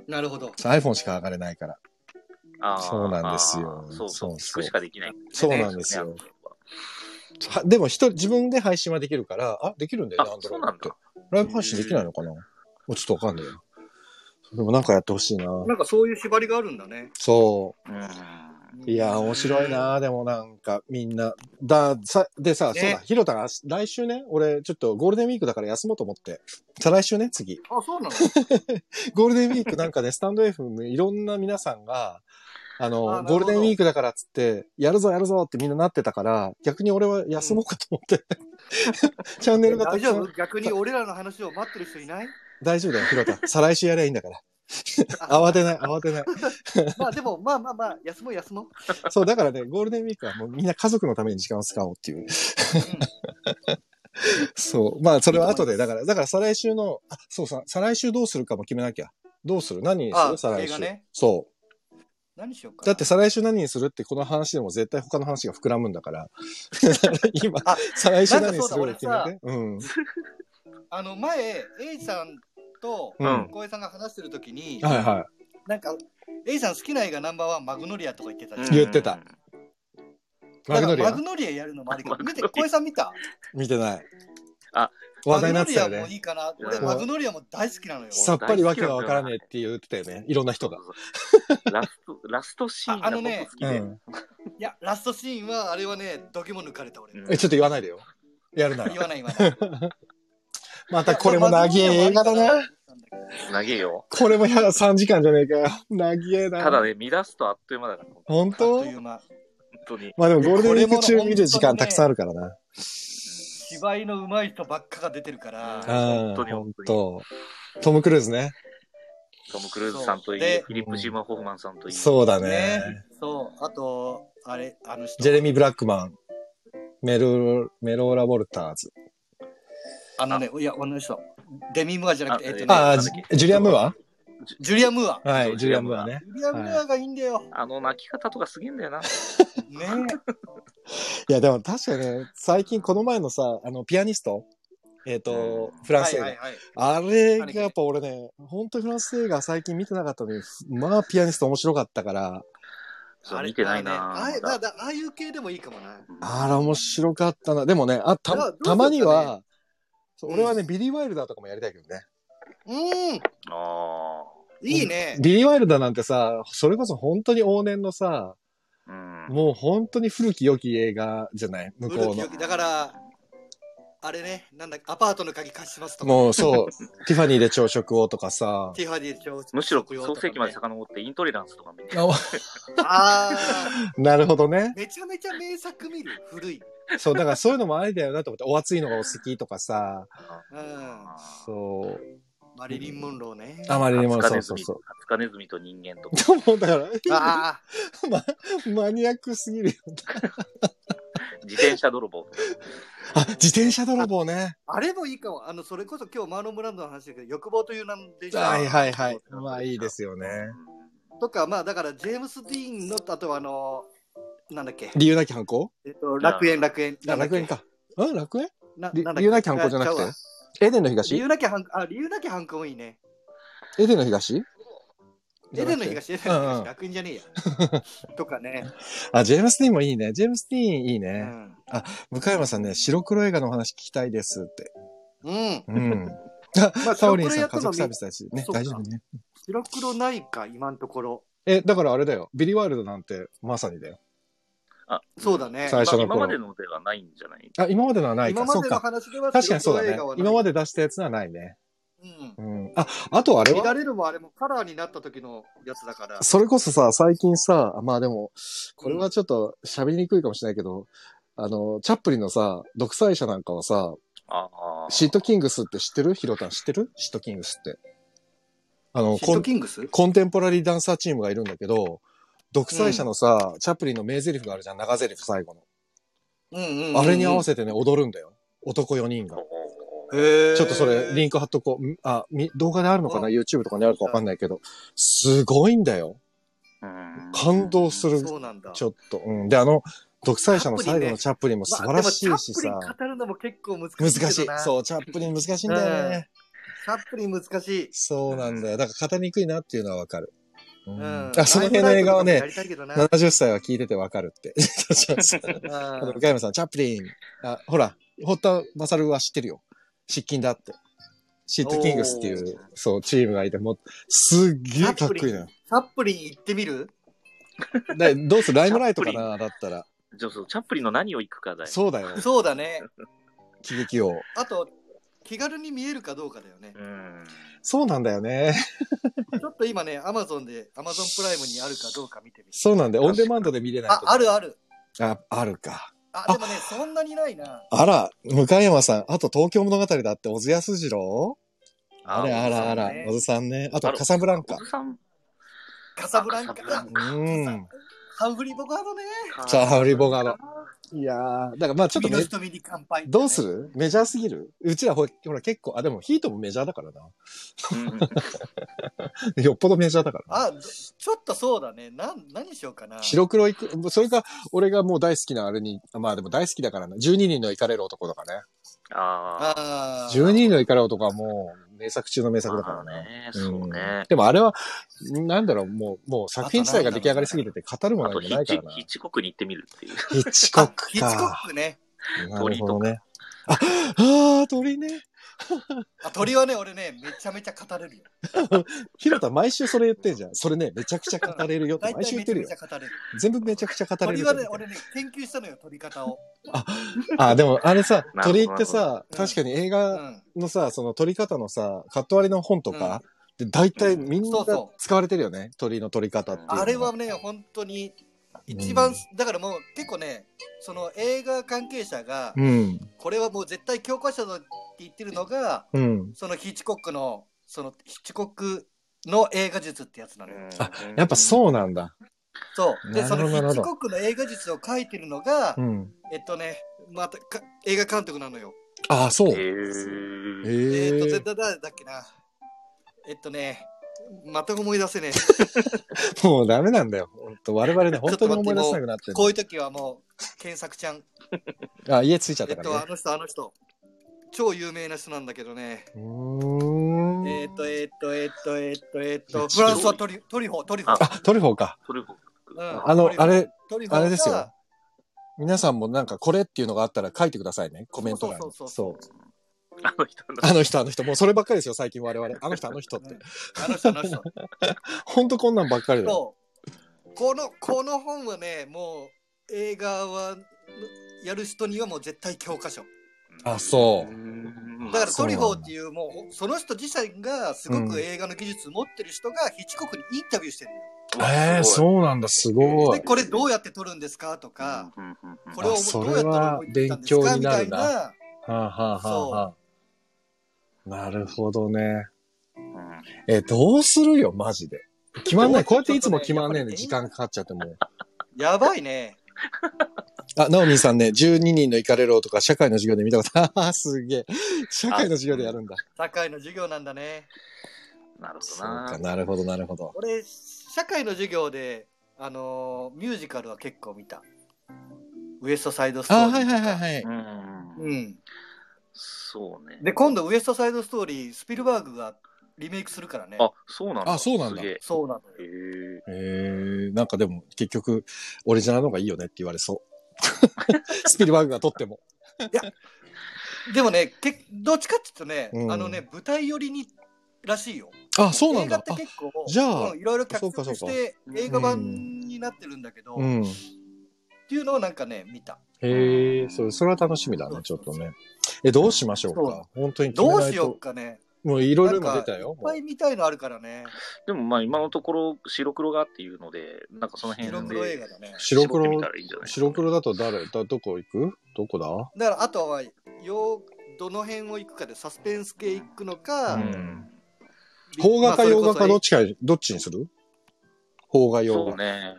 なるほど。 iPhone しか上がれないから。あーそうなんですよあーそうそう。そうそう聞くしかできない、そうなんですよね。はでも、一人、自分で配信はできるから、あ、できるんだよね、あアンドそロうイドなっんてだ。ライブ配信できないのかなもうちょっとわかんないよ。でもなんかやってほしいな。なんかそういう縛りがあるんだね。そうん。う。いやー、面白いなーでもなんか、みんな。だ、さ、でさ、ねそうだ、ヒロタが来週ね、俺、ちょっとゴールデンウィークだから休もうと思って。再来週ね、次。あ、そうなのゴールデンウィークなんかね、スタンド FM いろんな皆さんが、あの、あなるゴーほルどデンウィークだからっつって、やるぞやるぞってみんななってたから、逆に俺は休もうかと思って。チャンネルがた大くさ丈ん夫逆に俺らの話を待ってる人いない大丈夫だよ、ヒロタ。再来週やりゃいいんだから。慌てない、慌てない。まあでも、まあまあまあ、休もう休もう。そう、だからね、ゴールデンウィークはもうみんな家族のために時間を使おうっていう。そう。まあ、それは後で、だから、だから再来週の、あ、そうさ、再来週どうするかも決めなきゃ。どうする何にすある再来映画週。ねそ何しようう。か。だって、再来週何にするってこの話でも絶対他の話が膨らむんだから。 今あ、再来週何にするをなんか決そうだめて。うん。あの、前、エイさんとうん、小江さんが話してるときに、はいはなんか、エイさん好きな映画ナンバーワン、マグノリアとか言ってたじゃん。言ってたい。マだグノからリマアグノリアやるのもありか マグノ見リて、ア小江さん見た見てない。あ、話題になってたよマグノリアもね。いいかな。う俺、んマグノリアも大好きなのよ。さっぱりわけがわからねえって言ってたよね。いろんな人が。ラスト、 ラストシーンああがの僕ね好きで。うんいや、ラストシーンは、あれはね、どぎも抜かれた俺。うんえ、ちょっと言わないでよ。やるなら言。わない、言わない。またこれも長え映画だな。。長えよ。これもや3時間じゃねえかよ。長えな。ただね、見出すとあっという間だから、本本あっと当いう間。当に。まあでもゴールデンウィーこれもクね中見る時間本当にねたくさんあるからな。芝居の上手い人ばっかが出てるから。うん、本当に本本当。トム・クルーズね。トム・クルーズさんといい、そうでフィリップ・シーマン・ホフマンさんといい。そうだね。ね。そう。あと、あれ、あの人。ジェレミー・ブラックマン。メロ、メローラ・ウォルターズ。あのね、いや、同じ人。デミ・ムーアじゃなくて、えっとね、ああ、ジジュリアン・ムーアジュリア・ムーア。はい、ジュリジュリアアン・ンムムーーアアね。ジュリア・ムーアがいいんだよ。 あの泣き方とかすげえんだよな。ねいや、でも確かにね、最近この前のさ、あの、ピアニスト。えっと、フランス映画。はいはい。あれがやっぱ俺ね、本当フランス映画最近見てなかったのに、まあピアニスト面白かったから、そうあれ見てないなあれねあまあだああいう系でもいいかもな。あら、面白かったな。でもね、あいやどたうするかねたまには、そううん俺はね、ビリー・ワイルダーとかもやりたいけどね。うん。あいいね。ビリー・ワイルダーなんてさ、それこそ本当に往年のさ、うん。もう本当に古き良き映画じゃない向こ古うきの良。きだから、あれね、なんだっけアパートの鍵貸しますとか、もうそう、ティファニーで朝食をとか さ。ティファニーで朝むしろ食用と創か世紀までね遡ってイントレランスとか見て。ああなるほどねー。めちゃめちゃ名作見る、古い。そう、だからそういうのもありだよなと思って、お熱いのがお好きとかさ、うん、そう、マリリン・モンローね。あまりにも、そカツカネうズそうミ、そカツカネズミと人間とか。う。 もうだから、あマニアックすぎるよ。自転車泥棒とか。あ、自転車泥棒ね。あ、あれもいいかも。あの、それこそ今日マーロン・ブランドの話だけど、欲望という名の電車はいはいはい。まあいいですよね。とか、まあだから、ジェームス・ディーンの、あとはあの、なんだっけ、理由なき犯行えっと、楽園、楽園。あ、なんだっけ楽園。か。うん、楽園なりなんだっけ理由なき犯行じゃなくてあ違うわエデンの理東由なき犯行、あ、理由なき犯行もいいね。エデンの東エデンの東、エデンのうんうん東、楽園じゃねえや。 とかね。あ、ジェームス・ディーンもいいね。ジェームス・ディーンいいうね。ん。向山さんね、白黒映画のお話聞きたいですって。 うん。うん。ま あサオリンさん、家白黒やったの族見サービスだし。ねそ、うか大丈夫ね。白黒ないか、今のところ。え、だからあれだよ。ビリー・ワイルドなんて、まさにだよ。そうだね。最初の頃今までのではないんじゃないあ、今までのはない今か。まそうでのか。話では確かにそうだ白黒ね映画は。ない今まで出したやつはないね。うんうん。あ、あとあれは乱れるもあれもカラーになった時のやつだから。それこそさ、最近さ、まあでも、これはちょっと喋りにくいかもしれないけど、あの、チャップリンのさ、独裁者なんかはさ、ああ。シットキングスって知ってるヒロタン知ってるシットキングスって。あの、シッコトンキングスコンテンポラリーダンサーチームがいるんだけど、独裁者のさ、チャップリンの名台詞があるじゃん、長台詞最後の。うんうんあれに合わせせてね、踊るんだよ。男4人が。て。へーちょっとそれ、リンク貼っとこう。んあ、み動画であるのかなあ ?YouTube とかにあるかわかんないけど。すごいんだよ。感動するそうなんだ。ちょっと。うん。で、あの、独裁者の最後のチャップリンもま素あ晴らしいしでもさチャップ。リン語るのも結構難しいけど難な。しい。う。そう、チャップリン難しいんだよね。チャップリン難しい。そうなんだよ。だから語りにくいなっていうのはわかる。ううんん。あ、その辺の映画はラね、イブライブとかもやり70歳は聞いててわかる って。たいけあどの、な。ガイムさん、チャップリン。あ、ほら、ホッタマサルは知ってるよ。失禁だって。シットキングスっていうおー、そう、チームがいて、もう、すっげえかっこいいのよ。チャップリン行ってみるでどうするライムライト かチャなだったら。じゃあそうチャップリンの何を行くかだよ。そうだよ。そうだね。喜劇王。あと、気軽に見えるかどうかだよね。うん。そうなんだよね。ちょっと今ね、アマゾンで、アマゾンプライムにあるかどうか見てみる。そうなんだよ。オンデマンドで見れないあ、と。あるある。あ、あるか。あ、でもね、そんなにないな。あら、向山さん。あと、東京物語だって、小津安二郎あれ、あらあら、小津さんね。あと、あらカサブランおカ。じさん。カサブランカカサブラン。うん。ハンフリー・ボガードね。チャーハウリーボガード。いやー、だからまあちょっと君ねの瞳に乾杯、どうするメジャーすぎるうちらほほら結構、あ、でもヒートもメジャーだからな。うんよっぽどメジャーだからな。あ、どちょっとそうだね。なん、何しようかな。白黒いく、それが俺がもう大好きなあれに、まあでも大好きだからな。12人のイカれる男とかね。ああ。あー12人のイカれる男はもう名作中の名作だかまらね。あね、んそうね。でもあれは、なんだろう、もう、もう作品自体が出来上がりすぎてて語るもあのとじヒゃなッいかチらな。、ヒッチコックに行ってみるっていう。ヒッチコッあクか。ヒッチコックね。なるほどね。あ鳥、あー、鳥ね。あ、鳥はね、俺ね、めちゃめちゃ語れるよ。ひろた毎週それ言ってんじゃん。それね、めちゃくちゃ語れるよって大毎体週言ってめちゃるめよちゃ。語れる。全部めちゃくちゃ語れ鳥る。はね、俺ね、研究したのよ、鳥方を。あ、でもあれさ、なるほど鳥ってさ、うん確かに映う画ん。のさ、その鳥方のさ、カット割りの本とか、で大体みんなそうそう使われてるよね、鳥の鳥方っていうの。あれはね、本当うに、ん一番、だからもう結構ね、その映画関係者が、うん、これはもう絶対教科書だって言ってるのが、うん。そのヒッチコックの、そのヒッチコックの映画術ってやつなのよ。あやっぱそうなんだ。そう。なで、るほそどのヒなるッほチどコックの映画術を書いてるのがう、ん。えっとね、またか映画監督なのよ。ああ、そう。うへん。へえ。えっと、え絶。対誰だっけな。えっとね、全く思い出 せねもうダメなんだよ。本当我々ね、本当に思い出せなくなってえ。るこういう時はもう、検索ちゃん。あ、家着いちゃっえたっからと、あね。の人、あの人。超有名な人なんだけどね。うーん。えっと、えっと、えっと、えっと、えっと、ヒッチコッフラクンスはトリトリフォー、トリフォー。あ、トリフォーか。それもうんあの、あ、れ、トリフォートリフォーあれですよが。皆さんもなんかこれっていうのがあったら書いてくださいね。コメント欄に。そうそうそうそうそうあの人の。あの人、あの人。もうそればっかりですよ、最近 我々。あの人、あの人って。 うんあの人、あの人。ほんとこんなんばっかりだよ。そこの、この本はね、もう、映画は、やる人にはもう絶対教科書。あ、そうう。んだからそトうなリんだフォーっていう、もう、その人自身がすごうんく映画の技術持ってる人が、ヒッチコックにインタビューしてるのよええー、うそうなんだ、すごいで、。これどうやって撮るんですかとか、んうんうんうんこれをあそどれうやはったら思いついたんです勉強かにみなたるいなな。はあ、はあはあはあ、なるほどね。うんえ、どうするよ、マジで。決まんない。こうやっていつも決まんねえんで、時ちょっと間かかっちゃってもう。やばいね。あ、ナオミンさんね、12人のイカレロとか、社会の授業で見たことあ る。あーすげえ。社会の授業でやるんだ。社会の授業なんだね。なるそうほどな。か、なるほど、なるほど。俺、社会の授業で、あのーミュージカルは結構見た。ウエストサイドストーあー、はリー。いはいはいはい。うん。うん。そうね。で、今度ウエストサイドストーリー、スピルバーグがリメイクするからね。あ、そうなんだ。あそうなんだすげえ。そうなのへよ。ーえー、なんかでも、結局、オリジナルの方がいいよねって言われそう。 スピルバーグが撮って も。でもね、けどっちかっていうとね、うんあのね、舞台寄りに、らしいよ。あ、そうなん映だ画って。結構、じゃあうんいろいろ脚そうかそ色しうかてうん映画版になってるんだけど、あうっん。ていうのをなんかね、見た。へえ、そう、それは楽しみだね、ちょっとね。え、どうしましょうそうか本当に決めなどういとしようかね。もういろいろ今出たよい。っぱい見たいのあるからね。でもまあ今のところ白黒がっていうので、なんかその辺で白黒映画だね。白絞って黒みた、らいいんじゃないですかね白黒だと誰だどこ行くどこだだからあとはよどの辺を行くかでサスペンス系行くのか、うんび邦画か洋画かどっまちか、どっちにする邦画洋そ画。うね。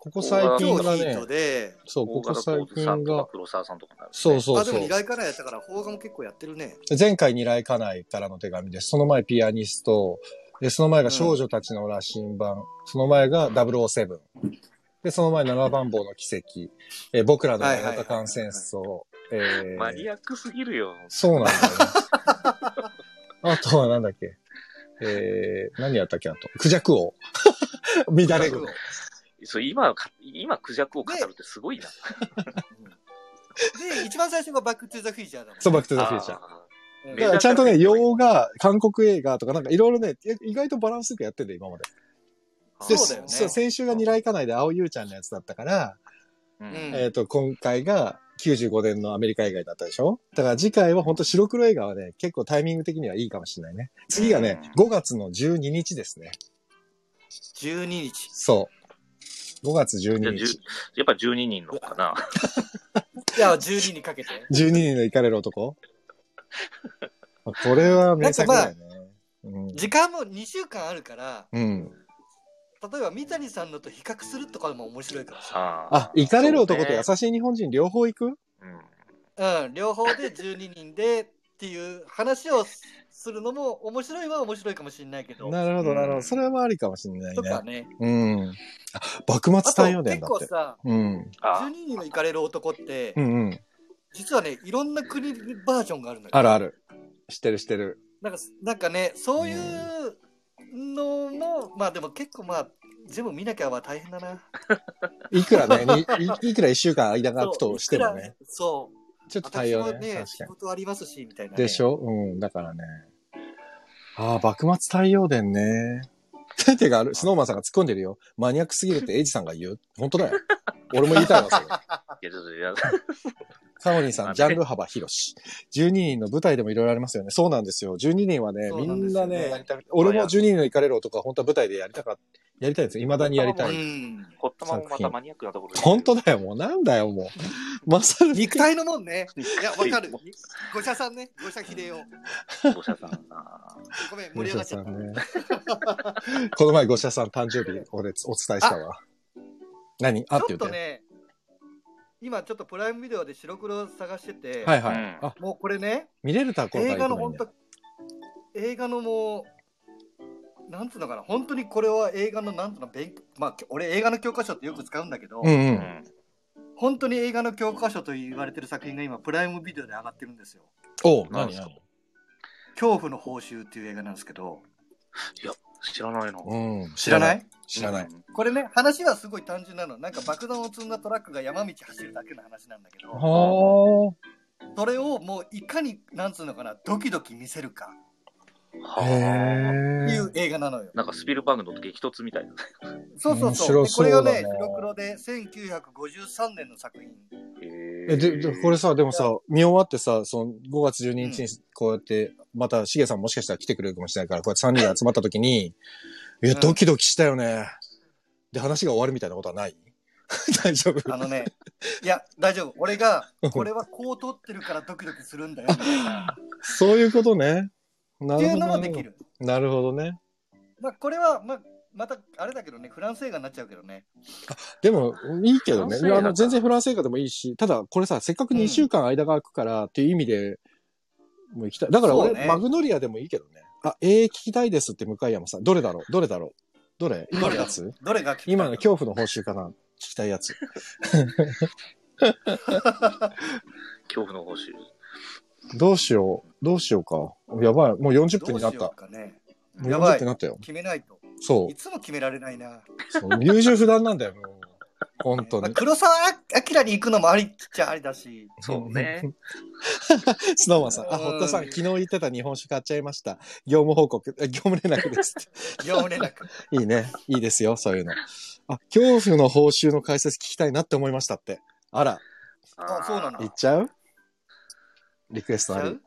ここ最あそれ近こそが今日ヒーねト、で、そう、ここ大最和幸近三さんとがか、黒沢さんとかになる、そうう。そうあでそもう意。外からやったから邦画も結構やってるね。前回二来家内からの手紙です。その前ピアニスト、で、その前が少女たちの羅針盤、その前が007、で、その前七番坊の奇跡、えー僕らのはいはいはい大和艦戦争、えーマニアックすぎるよ。そうなん だよね。あとはなんだっけ。えー、何やったっけあと。クジャク王。 乱れる。そう今か、今、クジャクを語るってすごいな。で、一番最初がバックトゥザフィーチャーだもんね。そう、バックトゥザフューチャー。だからちゃんとね、洋画、韓国映画とかなんかいろいろね、意外とバランスよくやってんだよ、今まで。あそーうだよねそう、先週が二来家内で青ゆうちゃんのやつだったから、ううんん。えっ、と、今回が95年のアメリカ映画だったでしょだから次回は本当白黒映画はね、結構タイミング的にはいいかもしれないね。次がね、5月の12日ですね。 12日。そう。5月じゃ12あじゅ日。やっぱ12人のかな。いや、12にかけて。 12人の行かれる男 これは名作だよね。時間も2週間あるから、うん。うん。例えば三谷さんのと比較するとかでも面白いかもしあーあ、行かれる男と優そうねしい日本人両方行くうんれない。うん、両方で12人でっていう話をするのも面白いは面白いかもしれないけど、なるほど、なるほうど。んそれはありかもしれないとかね。ね。うん。あ幕あ末と大四結年だっ構て。さ、うん。あ12人の行かれる男って、うんうん。実はね、いろんな国バージョンがあるのよ。あるある。知ってる知ってる。なんか、なんかね、そういうのも、まあでも結構まあ、全部見なきゃは大変だな。いくら ね、にいいくら一週間間が空くそうとしてもいくらね。そう。ちょっと私対応もね。ね、確仕か事ありますし、みたいな、に。でしょうん。だからね。ああ、幕末太陽伝ね。てか、あ るスノーマンさんが突っ込んでるよ。マニアックすぎるってエイジさんが言う。本当だよ。俺も言いたいわ、 それ。いやちょっと いやカモリンさん、ジャンル幅広し。12人の舞台でもいろいろありますよね。そうなんですよ。12人はね、そうみなんでんすよなねね、やりたい俺も12人の行かれる男は本当は舞台でやりたかった。やりたいんですよ。未だにやりたうい。ん。こったまもまたマニアックなところで本当だよ、もう。なんだよ、もう。まさる。肉体のもんね。いや、わかる肉。ご社さんね。ご社秀夫。五社さんな。ごめん、盛ごり上が社さっちゃった。んね。 この前、ご社さん誕生日、俺、お伝えしたわ。何あってち言ょっって。とね、今ちょっとプライムビデオで白黒探してて、はいはい。うんあ、もうこれね、見れるたこ映画の本当、映画のもう、なんつうのかな、本当にこれは映画のなんつうの、勉まあ、俺映画の教科書ってよく使うんだけど、うんう。うんん。本当に映画の教科書と言われてる作品が今、プライムビデオで上がってるんですよ。おう、何何何恐怖の報酬っていう映画なんですけど、知らないの。うん。知らないい知らない。うん。これね、話はすごい単純なの。なんか爆弾を積んだトラックが山道走るだけの話なんだけど、はそれをもういかに、なんつうのかな、ドキドキ見せるか。あ。はていへう映画なのよ。あ。なんかスピルバーグの激突みたいな。そうそうそう。面白でこれがそうだねな、白黒で1953年の作品。え。えで、でこれさ、でもさ、見終わってさ、その5月12日にこうやって、またしげさんもしかしたら来てくれるかもしれないから、こうやって3人で集まった時に、いや、うんドキドキしたよね。で、話が終わるみたいなことはない 大丈夫あの ね、いや、大丈夫。俺が、これはこう撮ってるからドキドキするんだよ。っそういうことね。なてるいうほのどはできね。る。 なるほどね。まあ、これは、まあ、また、あれだけどね、フランス映画になっちゃうけどね。でも、いいけどね。フランス映画あの、全然フランス映画でもいいし、ただ、これさ、せっかく2週間間が空くからっていう意味で、もう行きたい。だから俺、そうねマグノリアでもいいけどね。あ、ええ聞きたいですって向山さん。どれだろうどれだろうどれ今のやつどれが聞きたい今の恐怖の報酬かな聞きたいやつ。恐怖の報酬。どうしよう。どうしようか。やばい。もう40分になどうっ。したよもうかね。うやば40分いになったよ。決めないと。そいつも決められないな。う。そう優柔不断なんだよ、もう。本当まあに。黒沢明に行くのもありっちゃあり だし。そうね。スノーマンさん、あ、うん堀田さん、昨日言ってた日本酒買っちゃいました。業務報告、え業務連絡ですって。業務連絡。いいね。いいですよ、そういうの。あ、恐怖の報酬の解説聞きたいなって思いましたって。あら、 あそうなの行っちゃうリクエスちトあゃる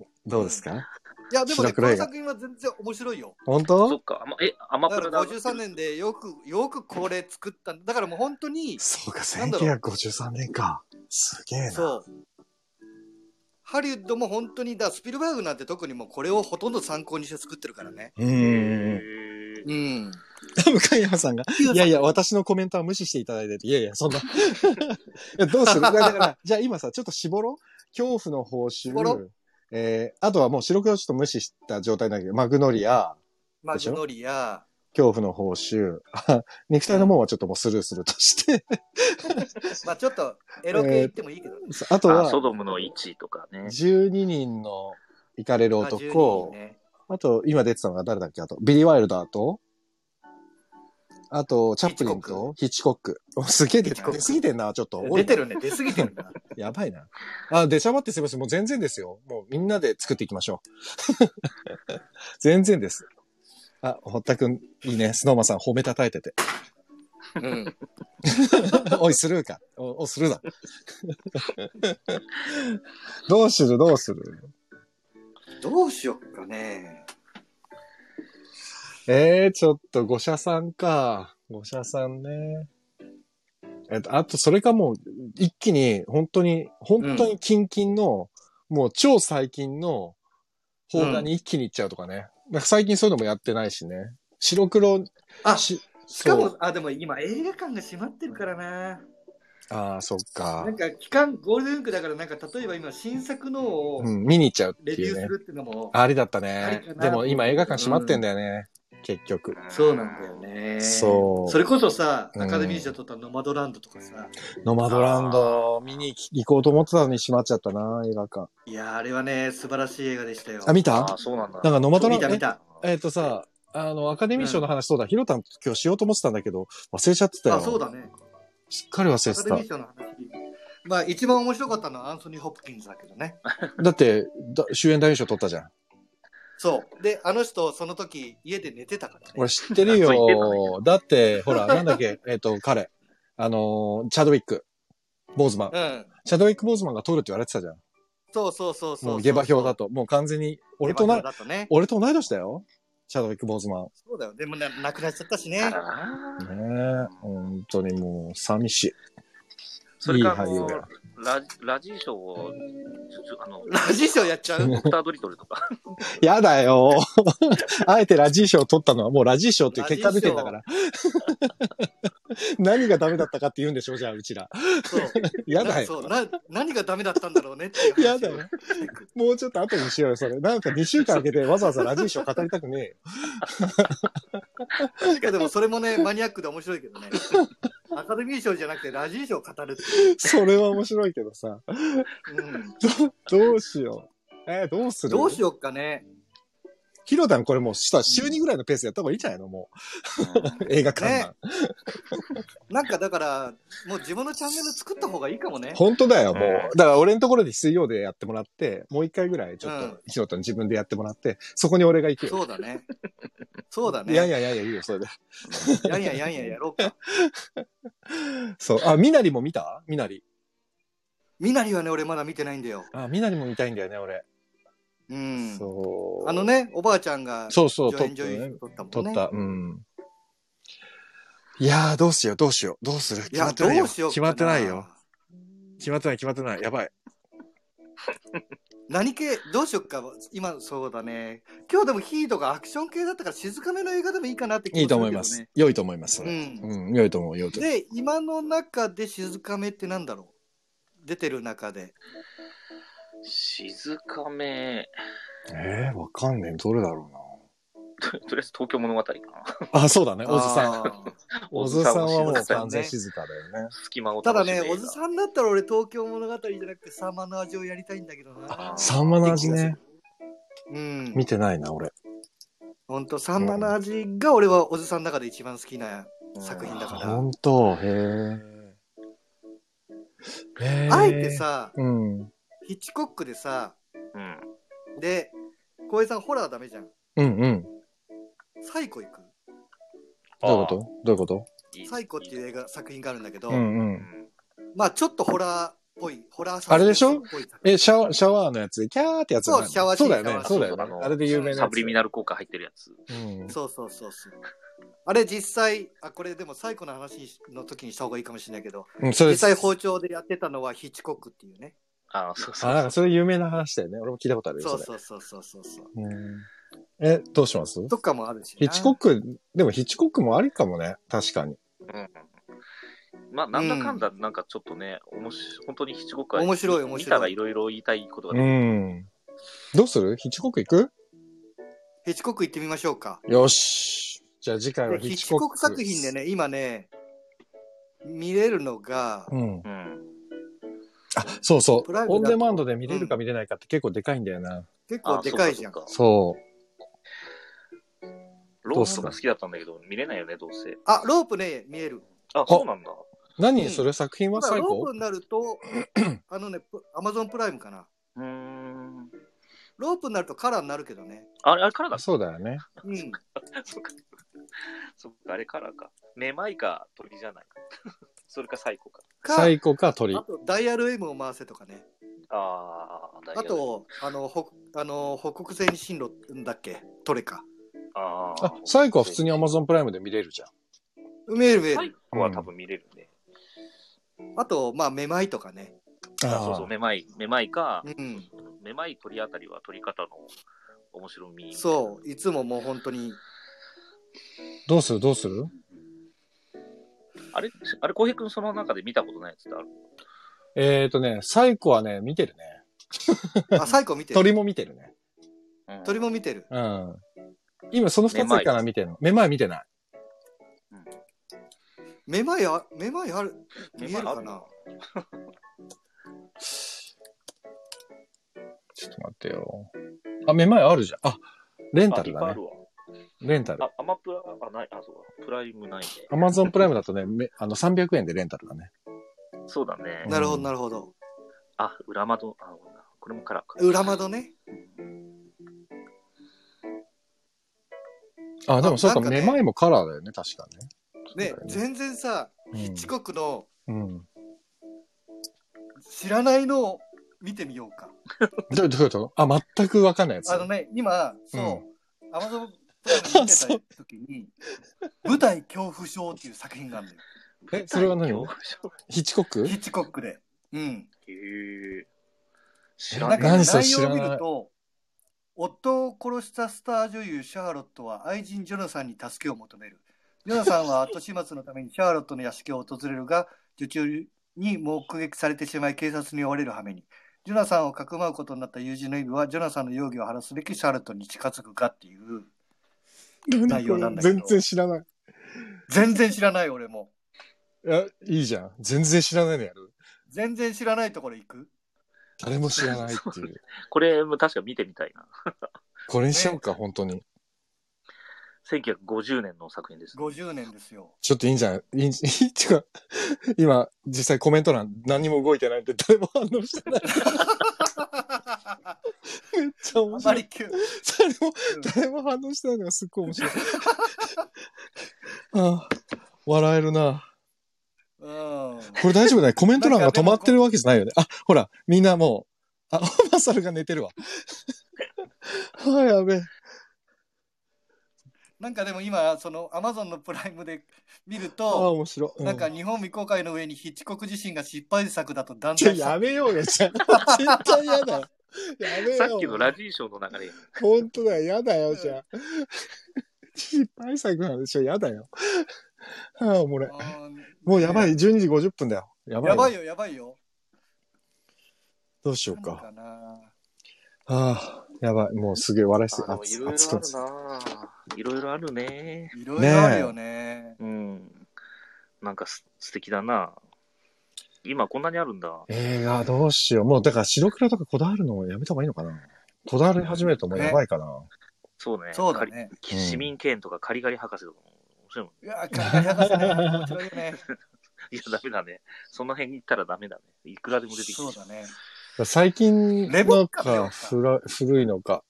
うどうですかいや、で白もね、こ黒映画の作品は全然面白いよ。本そ当っか。あま、え、アマだプかラらだ。 53年でよく、よくこれ作ったんだ。だからもう本当に、そうか、なんだろう1953年か。すげえな。そう。ハリウッドも本当に、だスピルバーグなんて特にもうこれをほとんど参考にして作ってるからね。うへん。ーうん。 向山さんが、いやいや、私のコメントは無視していただいてて、いやいや、そんな。い やどうするだから、じゃあ今さ、ちょっと絞ろう。恐怖の報酬絞ろう。えー、あとはもう白黒をちょっと無視した状態なんだけど、マグノリア、マグノリア、恐怖の報酬、 あ肉体のもんはちょっともうスルーするとして、まあちょっとエロ系行ってもいいけどね。 あとあ、はソドムの1とかね。 12人の行かれるまあ12男、人ねあと今出てたのが誰だっけあと、ビリー・ワイルダーと、あと、チャップリンとヒッチコック。おすげえ出てヒッチコック出すぎてんな、ちょっと。出てるね、出過ぎてるな。やばいな。あ、出しゃばってすいません。もう全然ですよ。もうみんなで作っていきましょう。 全然です。あ、堀田くん、いいね。スノーマンさん褒めたたえてて。 うん。おい、スルーか。お、おスルーだ。 どうするどうするどうしよっかね。えー、ちょっと、五社さんか。五社さんね。えっと、あと、それかもう、一気に、本当に、本当に近々の、もう超最近の、放題に一気に行っちゃうとかね。なんか最近そういうのもやってないしね。白黒、あ、しし、かそう。も、あ、でも今映画館が閉まってるからな。ああ、そっかな。んか期間、ゴールデンウィークだから、なんか例えば今新作のをうん、見に行っちゃうってレビいュうーねす。るっていうのも、ありだったありねか。なでも今映画館閉まってんだよね。結局。そうなんだよね。そうそれこそさ、うんアカデミー賞取ったノマドランドとかさ、ノマドランド見に行こうと思ってたのに閉まっちゃったな、映画館。いやー、あれはね、素晴らしい映画でしたよ。あ、見あたーそうなんだ。なんかノマドラン見た見た。えっ、とさ、あの、アカデミー賞の話、そうだ、ヒロタンと今日しようと思ってたんだけど、忘れちゃってたよ。あ、そうだね。しっかり忘アれカてデミー賞の話。まあ、一番面白かったのはアンソニー・ホプキンズだけどね。た。だって、だ主演男優賞取ったじゃん。そう。で、あの人、その時、家で寝てたからね。俺知ってるあそう言ってよ。だって、ほら、なんだっけ、 えっと、彼。あのー、チャドウィック。ボーズマン。うん。チャドウィック・ボーズマンが取るって言われてたじゃん。そうそうそうそう。もう下馬評だと。と。もう完全に、俺俺ととな、だとね。俺と同い年だよ。チャドウィック・ボーズマン。ねそうだよ。でもな、亡くなっちゃったしあね。ららえ、本当にもう、寂しい。それか、あいい俳優のがラジラジーショーを、ちょちょあの、ラジショーやっ ちゃうドクタードリトルとか。やだよ。 あえてラジー賞を取ったのはもうラジー賞っていう結果出てんだ から。何がダメだったかって言うんでしょじゃあ、うちら。そう。やだそよ。うな何がダメだったんだろうねっていう話をやだよ。もうちょっと後にしようよ、それ。なんか2週間空けてわざわざラジー賞語りたくねえよ。いやでもそれもね、マニアックで面白いけ どね。アカデミー賞じゃなくてラジー賞を語るっていう。それは面白いけどさ。うんどうしよう。えーどうするどうしよっかね。ヒロダンこれもうした週2ぐらいのペースでやった方がいいんじゃないのもう。映画館なん。なんかだから、もう自分のチャンネル作った方がいいかもね。本当だよ、もうう。だから俺のところで水曜でやってもらって、もう一回ぐらいちょっうんとヒロダン自分でやってもらって、そこに俺が行くよ。そうだね。そうだね。いやいやいやいや、いいよ、それで。やんややんややろうか。そう。あ、みなりも見たみなり。みなりはね、俺まだ見てないんだよ。あ、みなりも見たいんだよね、俺。うん。そう。あのね、おばあちゃんがそうそう、撮っ助演た女ね優。取ったもん撮ね。った。うん。いやー、どうしよう、どうしよう、どうするい決まや、ってないどよ。うしようかな決まってないよ。。決まってない、決まってない。やばい。何系、どうしよっか。今、そうだね。今日でもヒートがアクション系だったから静かめの映画でもいいかなって気もいいと思いるけどまねす。。良いと思います、それうん。うん、良いと思う、良いと思う。で、今の中で静かめってなんだろう出てる中で。静かめ、えー、わかんねえ。どれだろととりあえず東京物語かな。うな。あ、そうだね、おずさん。あーおずさんはもうおずさん完を全静かだよね。隙間 をただ楽しねめ、おずさんだったら俺、東京物語じゃなくて、サンマの味をやりたいんだけどな。サンマの味ね。うん。見てないな、俺。ほんと、サンマの味が俺はおずさんの中で一番好きな作品だから。ほんと、へーへーあえて。さ、うん。うんヒッチコックでさ、うん。で、浩平さんホラーダメじゃん。うん。サイコ行く。どういうことどういうこといいサイコっていう映画作品があるんだけど、うんう。うんんまあちょっとホラーっぽい、ホラーあれでしょサスペンスっぽい作品え、シャワー、シャワーのやつで、キャーってやつそうシャワーシそーうンだよね。そうだよあね。のあれで有名なやつ。サブリミナル効果入ってるやつ。うん。そうそうそうそう。あれ実際、あ、これでも最古の話の時にした方がいいかもしれないけど、うん、それ実際包丁でやってたのはヒッチコックっていうね。ああ、そうそうあ、なんかそれ有名な話だよね。俺も聞いたことあるよ。そうそそうそうそうそうそう。れうんえ、どうしますとかもあるしな。ヒッチコック、でもヒッチコックもありかもね。確かに。うんまあ、なんだかんだ、なんかちょっとね、おもし本当に七五回。面白い面白い見たらいろいろ言いたいことがうね、ん。どうするヒッチコック行ヒッチコック行ってみましょうか。くよし。じゃあ次回はでヒヒッッチチココッック。ク作品でね、今ね、見れるのが、うん。うん。あ、そうそプライう。オムだンとデマンドで見れるか見れないかって結構でかいんだよな。結あ構でかいじゃん。そうかそうかそう。ロースとか好きだったんだけど、見れないよね、どうせ。あ、ロープね、見える。あ、そうなんだ。何それ作品たはだ最ロー高プになると、あのね、アマゾンプライムかな。うーん。ロープになるとカラーになるけどね。あれ、あれからだ。 そうだよね。うん。そうか。そうか、あれからか。めまいか、鳥じゃない か。それか最高か。か、最高か鳥あ。と、ダイヤル M を回せとかね。ああ、大あと、あの、ほあの北国線進路んだっけトレか。あーあ、最高は普通に Amazon プライムで見れるじゃん。メールメー最ル。高は多分見れるね。あと、まあ、めまいとかね。あそうそう、めまい、めまいかう、ん。めまい鳥あたりは鳥方の面白み。そう、いつももう本 当に。どうするどうするあれ、あれ、浩平君その中で見たことないやつってあるえっ、ー、とね、サイコはね、見てるね。あ、サイコ見てる。鳥も見てるね。うん鳥も見てる。うん。今その二つめまいから見てるの。めまい見てない。めまいあ、めまいある。見えるかめまいあなるちょっと待ってよ。あ、めまいあるじゃん。あ、レンタルあだいっぱねい。レンタあルる。わ。あ、アマプラ、あ、ない、あ、そうか。プライムないね。アマゾンプライムだとね、めあの300円でレンタルだね。そうだね。うんなるほど、なるほど。あ、裏窓、あ、これもカラーか。裏窓ね。あ、でもそうか、なんかねめまいもカラーだよね、確かね、そうだ全然さ、ね。四国のうん。うん。知らないのを見てみようか。どうどういうことあ、全くわかんないやつ。あのね、今、そう、アマゾンプライム見てた時 に、舞台恐怖症っていう作品があるんだよ。え、それは何恐怖症ヒッチコックヒッチコックで。うん。へえ。知らななんい。か何それ内知ら容なをい見ると、夫を殺したスター女優シャーロットは愛人ジョナサンに助けを求める。ジョナサンは後始末のためにシャーロットの屋敷を訪れるが、女中に目撃されてしまい警察に追われる羽目に。ジョナサンをかくまうことになった友人のイブは、ジョナサンの容疑を晴らすべきシャーロットに近づくかっていう、 内容なんだけど全然知らない。全然知らない俺も。いや、いいじゃん。全然知らないのやる。全然知らないところ行く誰も知らないっていう。これも確か見てみたいな。これにしちゃおうか、本当に。 1950年の作品です。 50年で すよ。ちょっといいんじゃないいいん、いいっていうか、今、実際コメント欄何も動いてないんで誰も反応して ない。めっちゃあ面ま白い。りきゅ誰も、誰も反応してないのがすっごい面 白い。ああ、笑えるな。うん。これ大丈夫だね。コメント欄が止まってるわけじゃないよね。あ、ほら、みんなもう、あ、マサルが寝てる わ。あ、やべえ。なんかでも今、そのアマゾンのプライムで見るああ、と、面白い。うなんか日本未公開の上にヒッチコック自身が失敗作だと断ちょ罪したやめようよ、じゃあ絶対嫌だよ。やめよう。さっきのラジーショーの中で、本当だよ、やだよ、じゃあ。 失敗作なんでしょ、やだよ。ああ、おもろい。うんもうやばい、12時50分だよ。やばい。やばいよ、やばいよ。どうしようなのか。かな。ああ、やばい。もうすげえ笑いしあて、で熱もいろいろ熱くなってきた。あるなぁいろいろあるね。いろいろあるよね。うん。なんかす素敵だな今こんなにあるんだ。映画どうしよう。もうだから白黒とかこだわるのやめた方がいいのかな。こだわり始めるともうやばいかな。そうね。そうだね。カリ市民権とかカリガリ博士とかも面白いもんね。 いや、カリカリ博士ね。面白いよね。いや、ダメだね。その辺に行ったらダメだね。いくらでも出てきそうてだ。ね。最近レベのッカか古い古いのか。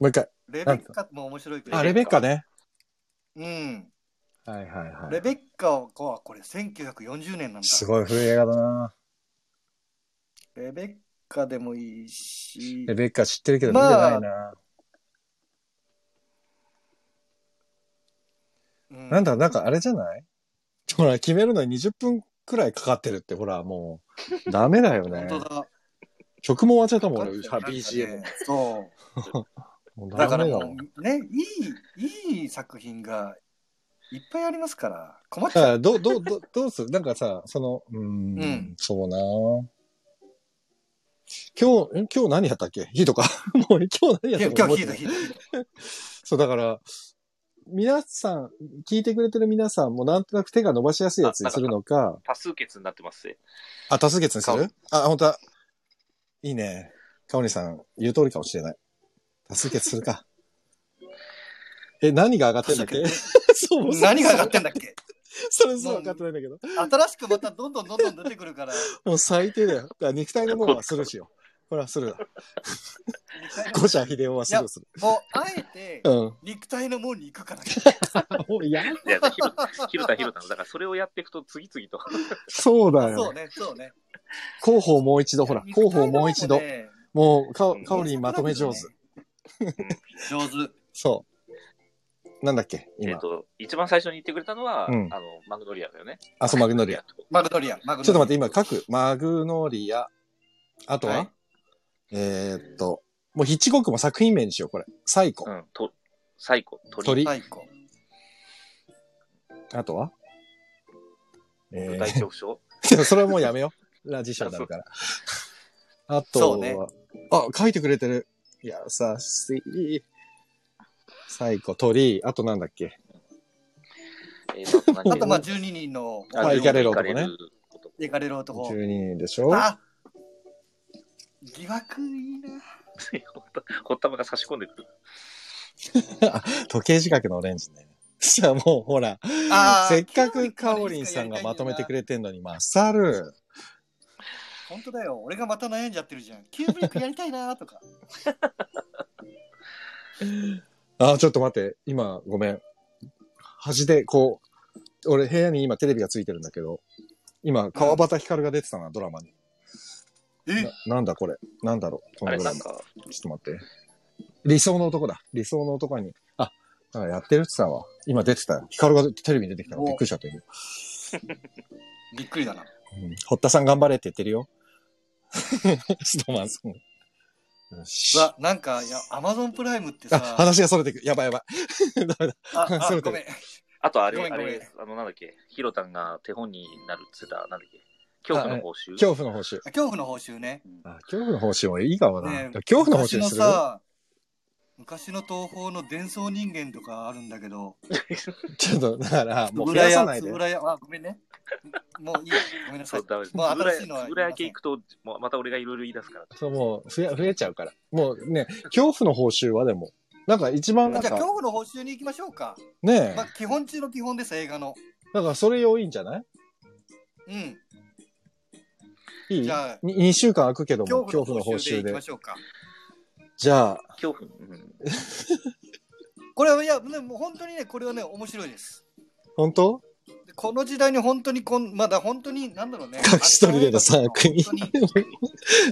もう一回。レベッカも面白いけど。あ、レベッカね。うん。はいはいはレい。ベッカはこれ1940年なんだ。すごい古い映画だな。レベッカでもいいしレ、ベッカ知ってるけど見まてあないな。うんなんだ、なんかあれじゃない ほら、決めるのに20分くらいかかってるって、ほら、もう、ダメだよね 本。当だ。曲も終わっちゃったもん、俺、なんかね BGM。。そもうう。だダからメだももん。う、ね、いい、いい作品がいっぱいありますから、困っちだかゃう。らどう、どう、どう、どうするなんかさ、その、うーん、うんそうな今日、ん今日何やったっけヒートか。 もう今日何やいったやっけ今覚日え聞ていたない聞いた聞いた。そう、だから、皆さん、聞いてくれてる皆さんもなんとなく手が伸ばしやすいやつにするのか、多数決になってますぜ。あ、多数決にするあ、本当だ。いいね。かおりさん、言う通りかもしれない。多数決するか。 え、何が上がってんだっけそう、何が上がってんだっけそれすら分かってないんだけど。新しくまたどんどんどんどん出てくるから、もう最低だ よ。だから肉体のものはするしよ。これはするだ。五社秀夫はするする。もうあえてうん。肉体の門に行くから。もうやいや、ひろ ひろたひろたの。だからそれをやっていくと次々と。そうだそうよ。ね、そうね。候補をもう一度、ほら、候補をもう一度。もう、かお、うんかおりんまとめ上手。上手。そう。なんだっけえっ今。と、一番最初に言ってくれたのは、うんあの、マグノリアだよね。あ、そう、マグノリア。ちマグノリア、マグょノリア。っと待って、今書く。マグノリア。あとは、はいえーっと、もうヒッチコックも作品名にしよう、これ。サイコう。ん、と、最古、鳥。鳥。最高。あとはえ舞ー台恐怖症。 でもそれはもうやめよう。ラジションになるから。あとそは、うねあ、書いてくれてる。優しい。最後、鳥。あとなんだっけ。えー とあと、まあ、何12人のあイカレル男ねイカレル男行かれる男。 12人でしょあ疑惑いいな。ほったまが差し込んでくる。時計仕掛けのオレンジね。 じゃあもうほら、あーせっかくカオリンさんがまとめてくれてんのに、まあ、サル。本当だよ。俺がまた悩んじゃってるじゃん。キューブリックやりたいなと か。あ、ちょっと待って。今、ごめん。端で、こう、俺部屋に今テレビがついてるんだけど、今、川端光が出てたな、ドラマに。えななんだこれ。なんだろう。このあれ、ドなラんマ。か、ちょっと待って。理想の男だ。理想の男に。あ、なんかやってるって言ってたわ。今出てたよ。ヒカルがテレビに出てきたのおびっくりしちゃったよ。びっくりだな。うん。堀田さん頑張れって言ってるよ。 ストマンさん。よしう。わ、なんか、いや、アマゾンプライムってあ、さ、話が逸れてく。やばいやばい。 ダメだ。あそあれごめん。あとあごめれ、んあごめんれ、あの、なんだっけ、ヒロタンが手本になるっつってた、なんだっけ、恐怖の報酬。恐怖の報酬。恐怖の報酬ね。あ、恐怖の報酬もいいかもな。ね恐怖の報酬にす昔るのさ、昔の東宝の伝送人間とかあるんだけど、ちょっと、だから、もうつ増ぶらやさや、ないつでぶ。らや、あ、ごめんね。もういいよ。ごめんなさそい。う、ダメです。つぶもうら新しいのはつぶら焼き行くと、もうまた俺がいろいろ言い出すから。そう、もう、増え、増えちゃうから。もうね、恐怖の報酬はでも、なんか一番、なんじゃあ、か、恐怖の報酬に行きましょうか。ねえまあ、、基本中の基本です、映画の。なんかそれ要因じゃないうん。いいじゃあ 2, 週間空くけども、恐恐怖の怖の報報酬酬で行きでま。しょうか。じゃあ、恐怖。うん。これは、いや、ね、もう本当にね、これはね、面白いです。本当 でこの時代に本当にこん、まだ本当に、なんだろうね。隠し撮りでの3組本当に。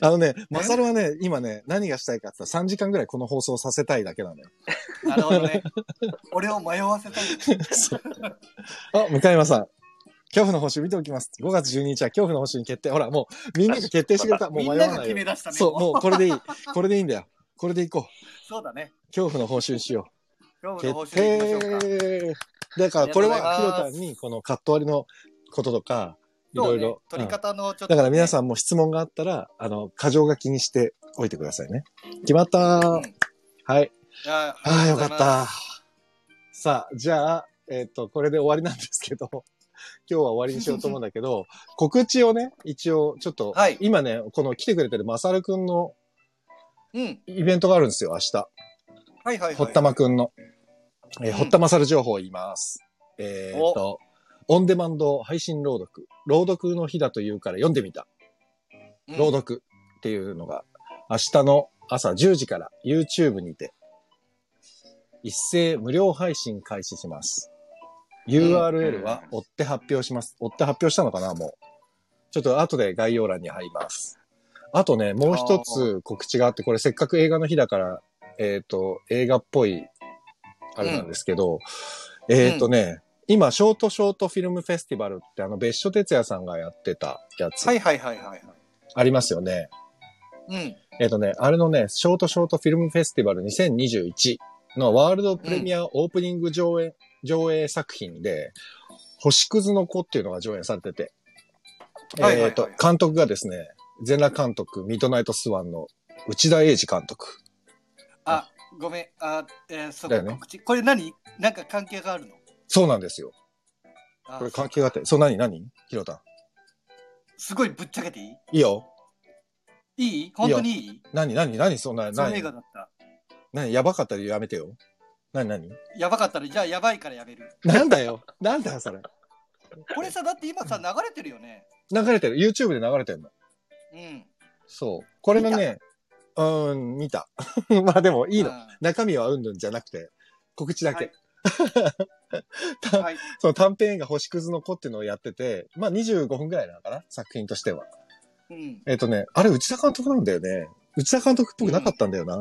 あのね、マサルはね、今ね、何がしたいかって言ったら3時間ぐらいこの放送をさせたいだけなのよ。 なるほどね。俺を迷わせたい。そうあ、向山さん。恐怖の報酬見ておきます。5月12日は恐怖の報酬に決定。ほら、もうみんなが決定してくれ た。もうみ迷んわながない決よ。め出したね。そう、もうこれで いい。これでいいんだよ。これでいこう。そうだね。恐怖の報酬しよう。恐怖の報決酬で行きましょう定か。だからこれはヒロちゃんにこのカット割りのこととか、いそろういねろ。取りうん方のちょっと、だから皆さん。んも質問があったら、あの、過剰書きにしておいてくださいね。決まったうーんはい。いやああ、りよかっがとうございますた。さあ、じゃあ、えっ、と、これで終わりなんですけど、 今日は終わりにしようと思うんだけど、 告知をね、一応、ちょっと、はい今ね、この来てくれてるマサルくんのうん。イベントがあるんですよ、明日。はいはいはい。堀田真くんの、えー、うん堀田勝情報を言います。えーっと、オンデマンド配信朗読、朗読の日だというから読んでみた、うん朗読っていうのが、明日の朝10時から YouTube にて、一斉無料配信開始します。URL は追って発表します。追って発表したのかな、もう。ちょっと後で概要欄に貼ります。あとね、もう一つ告知があって、これせっかく映画の日だから、えっ、と、映画っぽい、あれなんですけど、えっ、とね、今、ショートショートフィルムフェスティバルって、あの、別所哲也さんがやってたやつ、はいはいはいはい。ありますよね。うん。えっ、とね、あれのね、ショートショートフィルムフェスティバル2021のワールドプレミアオープニング上映、上映作品で、星屑の子っていうのが上演されてて、はいはいはいえっ、と、監督がですね、全裸監督、ミッドナイトスワンの内田英二監督。あ、ごめん。あ、えー、そうだか、よね告知。これ何なんか関係があるのそうなんですよ。あこれ関係があって、そう何何ヒロタすごいぶっちゃけていいン。いいよ。いい本当にいい何何何そんな、その映何画だった。何やばかったらやめてよ。何何やばかったら、じゃあやばいからやめる。なんだよ。なんだよ、それ。これさ、だって今さ、流れてるよね。流れてる。YouTube で流れてるの。うん。そう。これがね、うーん、見た。 まあでもいいのう。ん中身はうんぬんじゃなくて、告知だけ。たはい。その短編映画星屑の子っていうのをやってて、まあ25分ぐらいなのかな作品としては。うん。えっ、とね、あれ内田監督なんだよね。内田監督っぽくなかったんだよな。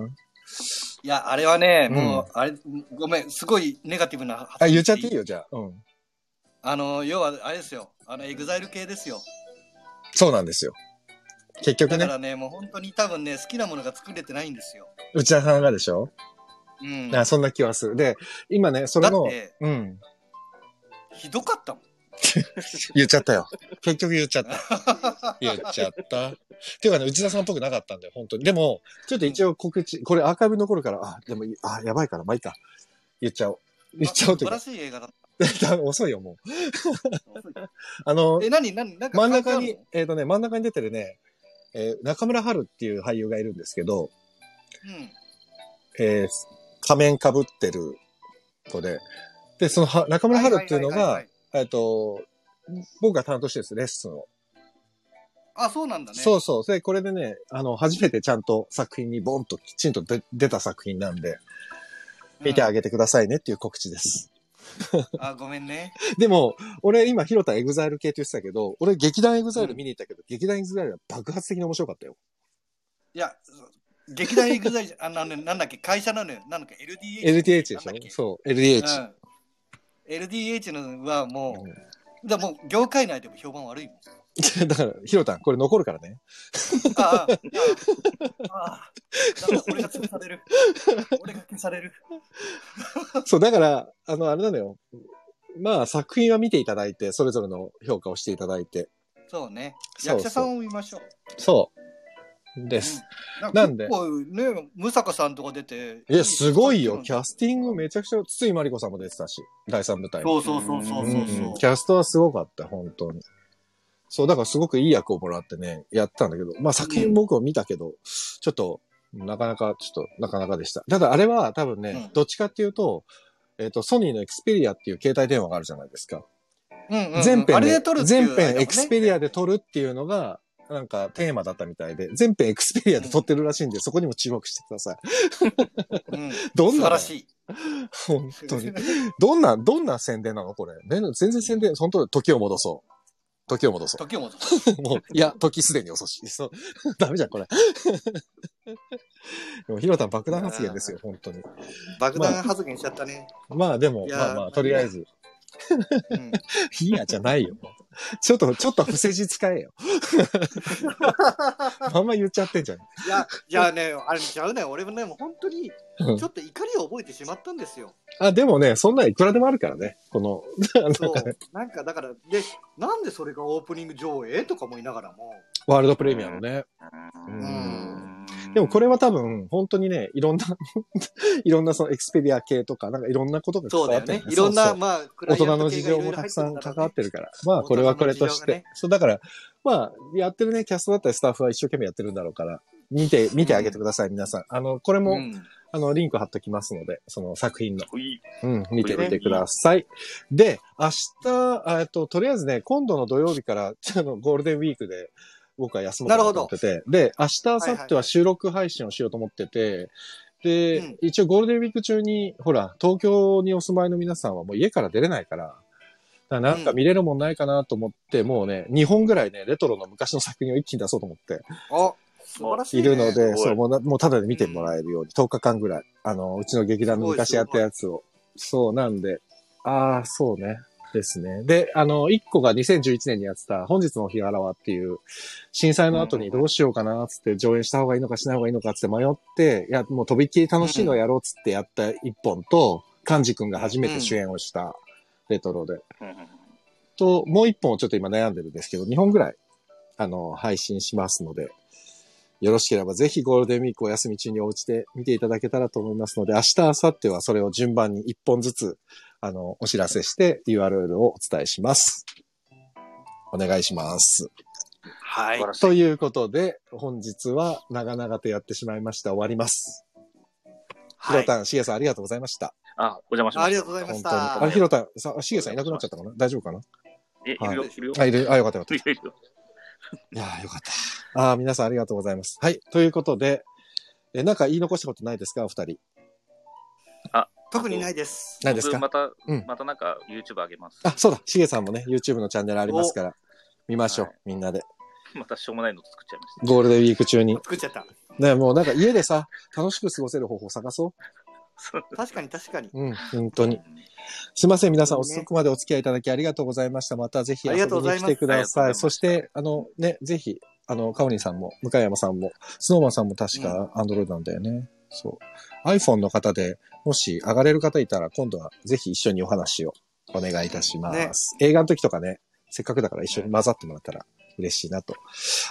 いや、あれはね、うんもう、あれ、ごめん、すごいネガティブな。あ、言っちゃっていいよ、じゃあ。うん。あの、要は、あれですよ。あの、エグザイル系ですよ。そうなんですよ。結局だかね、らね、もう本当に多分ね、好きなものが作れてないんですよ。内田さんがでしょ、うん。あだそんな気はする。で、今ね、それっの、て、うん、ひどかったもん。言っちゃったよ。結局言っちゃった。言っちゃった。っていうかね、内田さんっぽくなかったんだよ、本当に。でも、ちょっと一応告知、これアーカイブ残るから、あ、でもいい、あ、やばいから、まあいいか。言っちゃおう。言っちゃおうとい素う晴らか、しい映画だっ 遅いよ、もう。た。あのえ、、何何なんか真ん関中係あるのに、えっ、とね、真ん中に出てるね、えー中村春っていう俳優がいるんですけど、うん。えー仮面被ってる子で、で、そのは中村春っていうのはははがい、えっと、僕が担当してるんです、レッスンを。はい、あ、そうなんだね。そうそう。で、これでね、あの、初めてちゃんと作品にボンときちんと出出た作品なんで、うん見てあげてくださいねっていう告知です。あ、ごめんね。でも、俺今、広田エグザイル系って言ってたけど、俺劇団エグザイル見に行ったけど、劇団エグザイルは爆発的に面白かったよ。いや、劇団エグザイル、あのね、なんだっけ、会社なのよ。なんだっけ、LDH。 LDH でしなんだっけょそう、LDH。うん。LDH のはもうんう、だからもう業界内でも評判悪いもん。 だから、広田、これ残るから ね。ああ、ああ、ああ、なんか俺が潰される。俺が消される。そう、だから、あの、あれなのよ。まあ、作品は見ていただいて、それぞれの評価をしていただいて。そうね。そうそう役者さんを見ましょう。そう。です。うんなんで結構ね、ムサカさんとか出て。いや、すごいよ。キそうャスティングめちゃくちゃ、筒井まりこさんも出てたし、第3部隊も。そうそうそうそうそう。キャストはすごかった、本当に。そう、だからすごくいい役をもらってね、やったんだけど、まあ作品僕も見たけど、ちょっと、なかなか、ちょっと、なかなかでした。ただあれは多分ね、うんどっちかっていうと、えっ、と、ソニーのエクスペリアっていう携帯電話があるじゃないですか。うんうんうん全編あれでで撮るってい全う編エクスペリア。アで撮るっていうのが、なんかテーマだったみたいで、全編エクスペリアで撮ってるらしいんで、そこにも注目してください。うんどん素晴なのらしい。本当に。どんな、どんな宣伝なのこれ。ね全然宣伝、本当に時を戻そう。時を戻そう。時を戻す。 もう、いや、時すでに遅し。そう。 ダメじゃん、これ。でも、ひろたん爆弾発言ですよ、本当に。爆弾発言しちゃったね。まあ、でも、いやーまあまあ、とりあえず、うんいいやじゃないよ。ちょっと、ちょっと不正字使 えよ。まんま言っちゃってんじゃん。いや、いやね、あれちゃうね。俺もね、もう本当に、うんちょっと怒りを覚えてしまったんですよ。あ、でもね、そんなんいくらでもあるからね。この、そう。なんかだから、で、なんでそれがオープニング上映とかも言いながらも。ワールドプレミアのね。んでもこれは多分、本当にね、いろんな、 いろんなそのエクスペディア系とか、なんかいろんなことが関そうだわよってるね。いろんな、そうそうまあ、クラ大イアント人の事情系がもいろたいくろさ入んってん関だろわうねってるから、まあこれはこれ大人のとし事情がてね。そう、だから、まあ、やってるね、キャストだったりスタッフは一生懸命やってるんだろうから、見て、見てあげてください、皆さん。あの、これも、うんあの、リンク貼っときますので、その作品の。いうん、見てみてください。で、明日、あえっと、とりあえずね、今度の土曜日から、 あの、ゴールデンウィークで、僕は休もうかなと思ってて、で、明日、明いはい後日は収録配信をしようと思ってて、で、うん一応ゴールデンウィーク中に、ほら、東京にお住まいの皆さんはもう家から出れないから、だからなんか見れるもんないかなと思って、もうね、2本ぐらいね、レトロの昔の作品を一気に出そうと思って、あ、素晴らしい、ね。いるので、すごいそう、もうな、もうただで見てもらえるように、10日間ぐらい、あの、うちの劇団の昔やったやつを。そう、なんで、ああ、そうね。ですね。で、あの、1個が2011年にやってた、本日の日がらわっていう、震災の後にどうしようかな、つって、上演した方がいいのかしない方がいいのか、つって迷って、いや、もうとびっきり楽しいのやろう、つってやった1本と、幹事くんが初めて主演をした、レトロで。と、もう1本をちょっと今悩んでるんですけど、2本ぐらい、あの、配信しますので、よろしければぜひゴールデンウィークお休み中にお家で見ていただけたらと思いますので、明日、明後日はそれを順番に1本ずつ、あの、お知らせして URL をお伝えします。お願いします。はい。ということで、本日は長々とやってしまいました。終わります。ひはろい。たん、しげさんありがとうございました。あ、お邪魔しました。ありがとうございま本し当に。た。あれ、ひろたん、さしげさんいなくなっちゃったかな大丈夫かなえ、いるよ、いるよ。あ、いる。あ、よかったよかった。いるよ。いやー、よかった。ああ、皆さんありがとうございます。はい。ということで、え、なんか言い残したことないですかお二人。特にないです。ないです僕かまたうん、またなんか YouTube 上げます。あ、そうだ。しげさんもね、YouTube のチャンネルありますから、見ましょうはい。みんなで。 またしょうもないの作っちゃいました。ゴールデンウィーク中に。作っちゃった。ね、もうなんか家でさ、楽しく過ごせる方法探そ そう確かに確かに。う。うん、本当に。すいません、皆さん遅くまでお付き合いいただきありがとうございました。またぜひ遊びに来てくださありがとうございい。ますそして、あの、ね、ぜひ、あの、かおりんさんも、向山さんも、スノーマンさんも確か Android なんだよね。そう。iPhone の方で、もし上がれる方いたら、今度はぜひ一緒にお話をお願いいたします。映画の時とかね、せっかくだから一緒に混ざってもらったら嬉しいなと。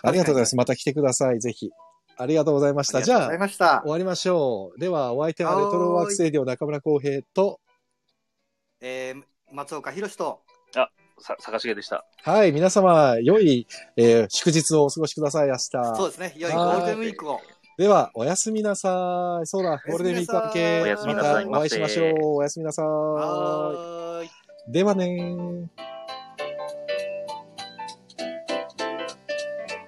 ありがとうございます。また来てください。ぜひ。ありがとうございました。じあゃりがとうあ、ございました終。わりましょう。では、お相手はレトロワークスエディオ中村浩平と、えー、松岡弘と。さ、坂重でした。はい、皆様、良い、えー祝日をお過ごしください、明そう日。ですね。良いゴールデンウィークを。では、おやすみなさい。そうだ、ゴールデンウィーク明け、おやすみまなさたいお会いしましょう。おやすみなさはーい。い。ではねー。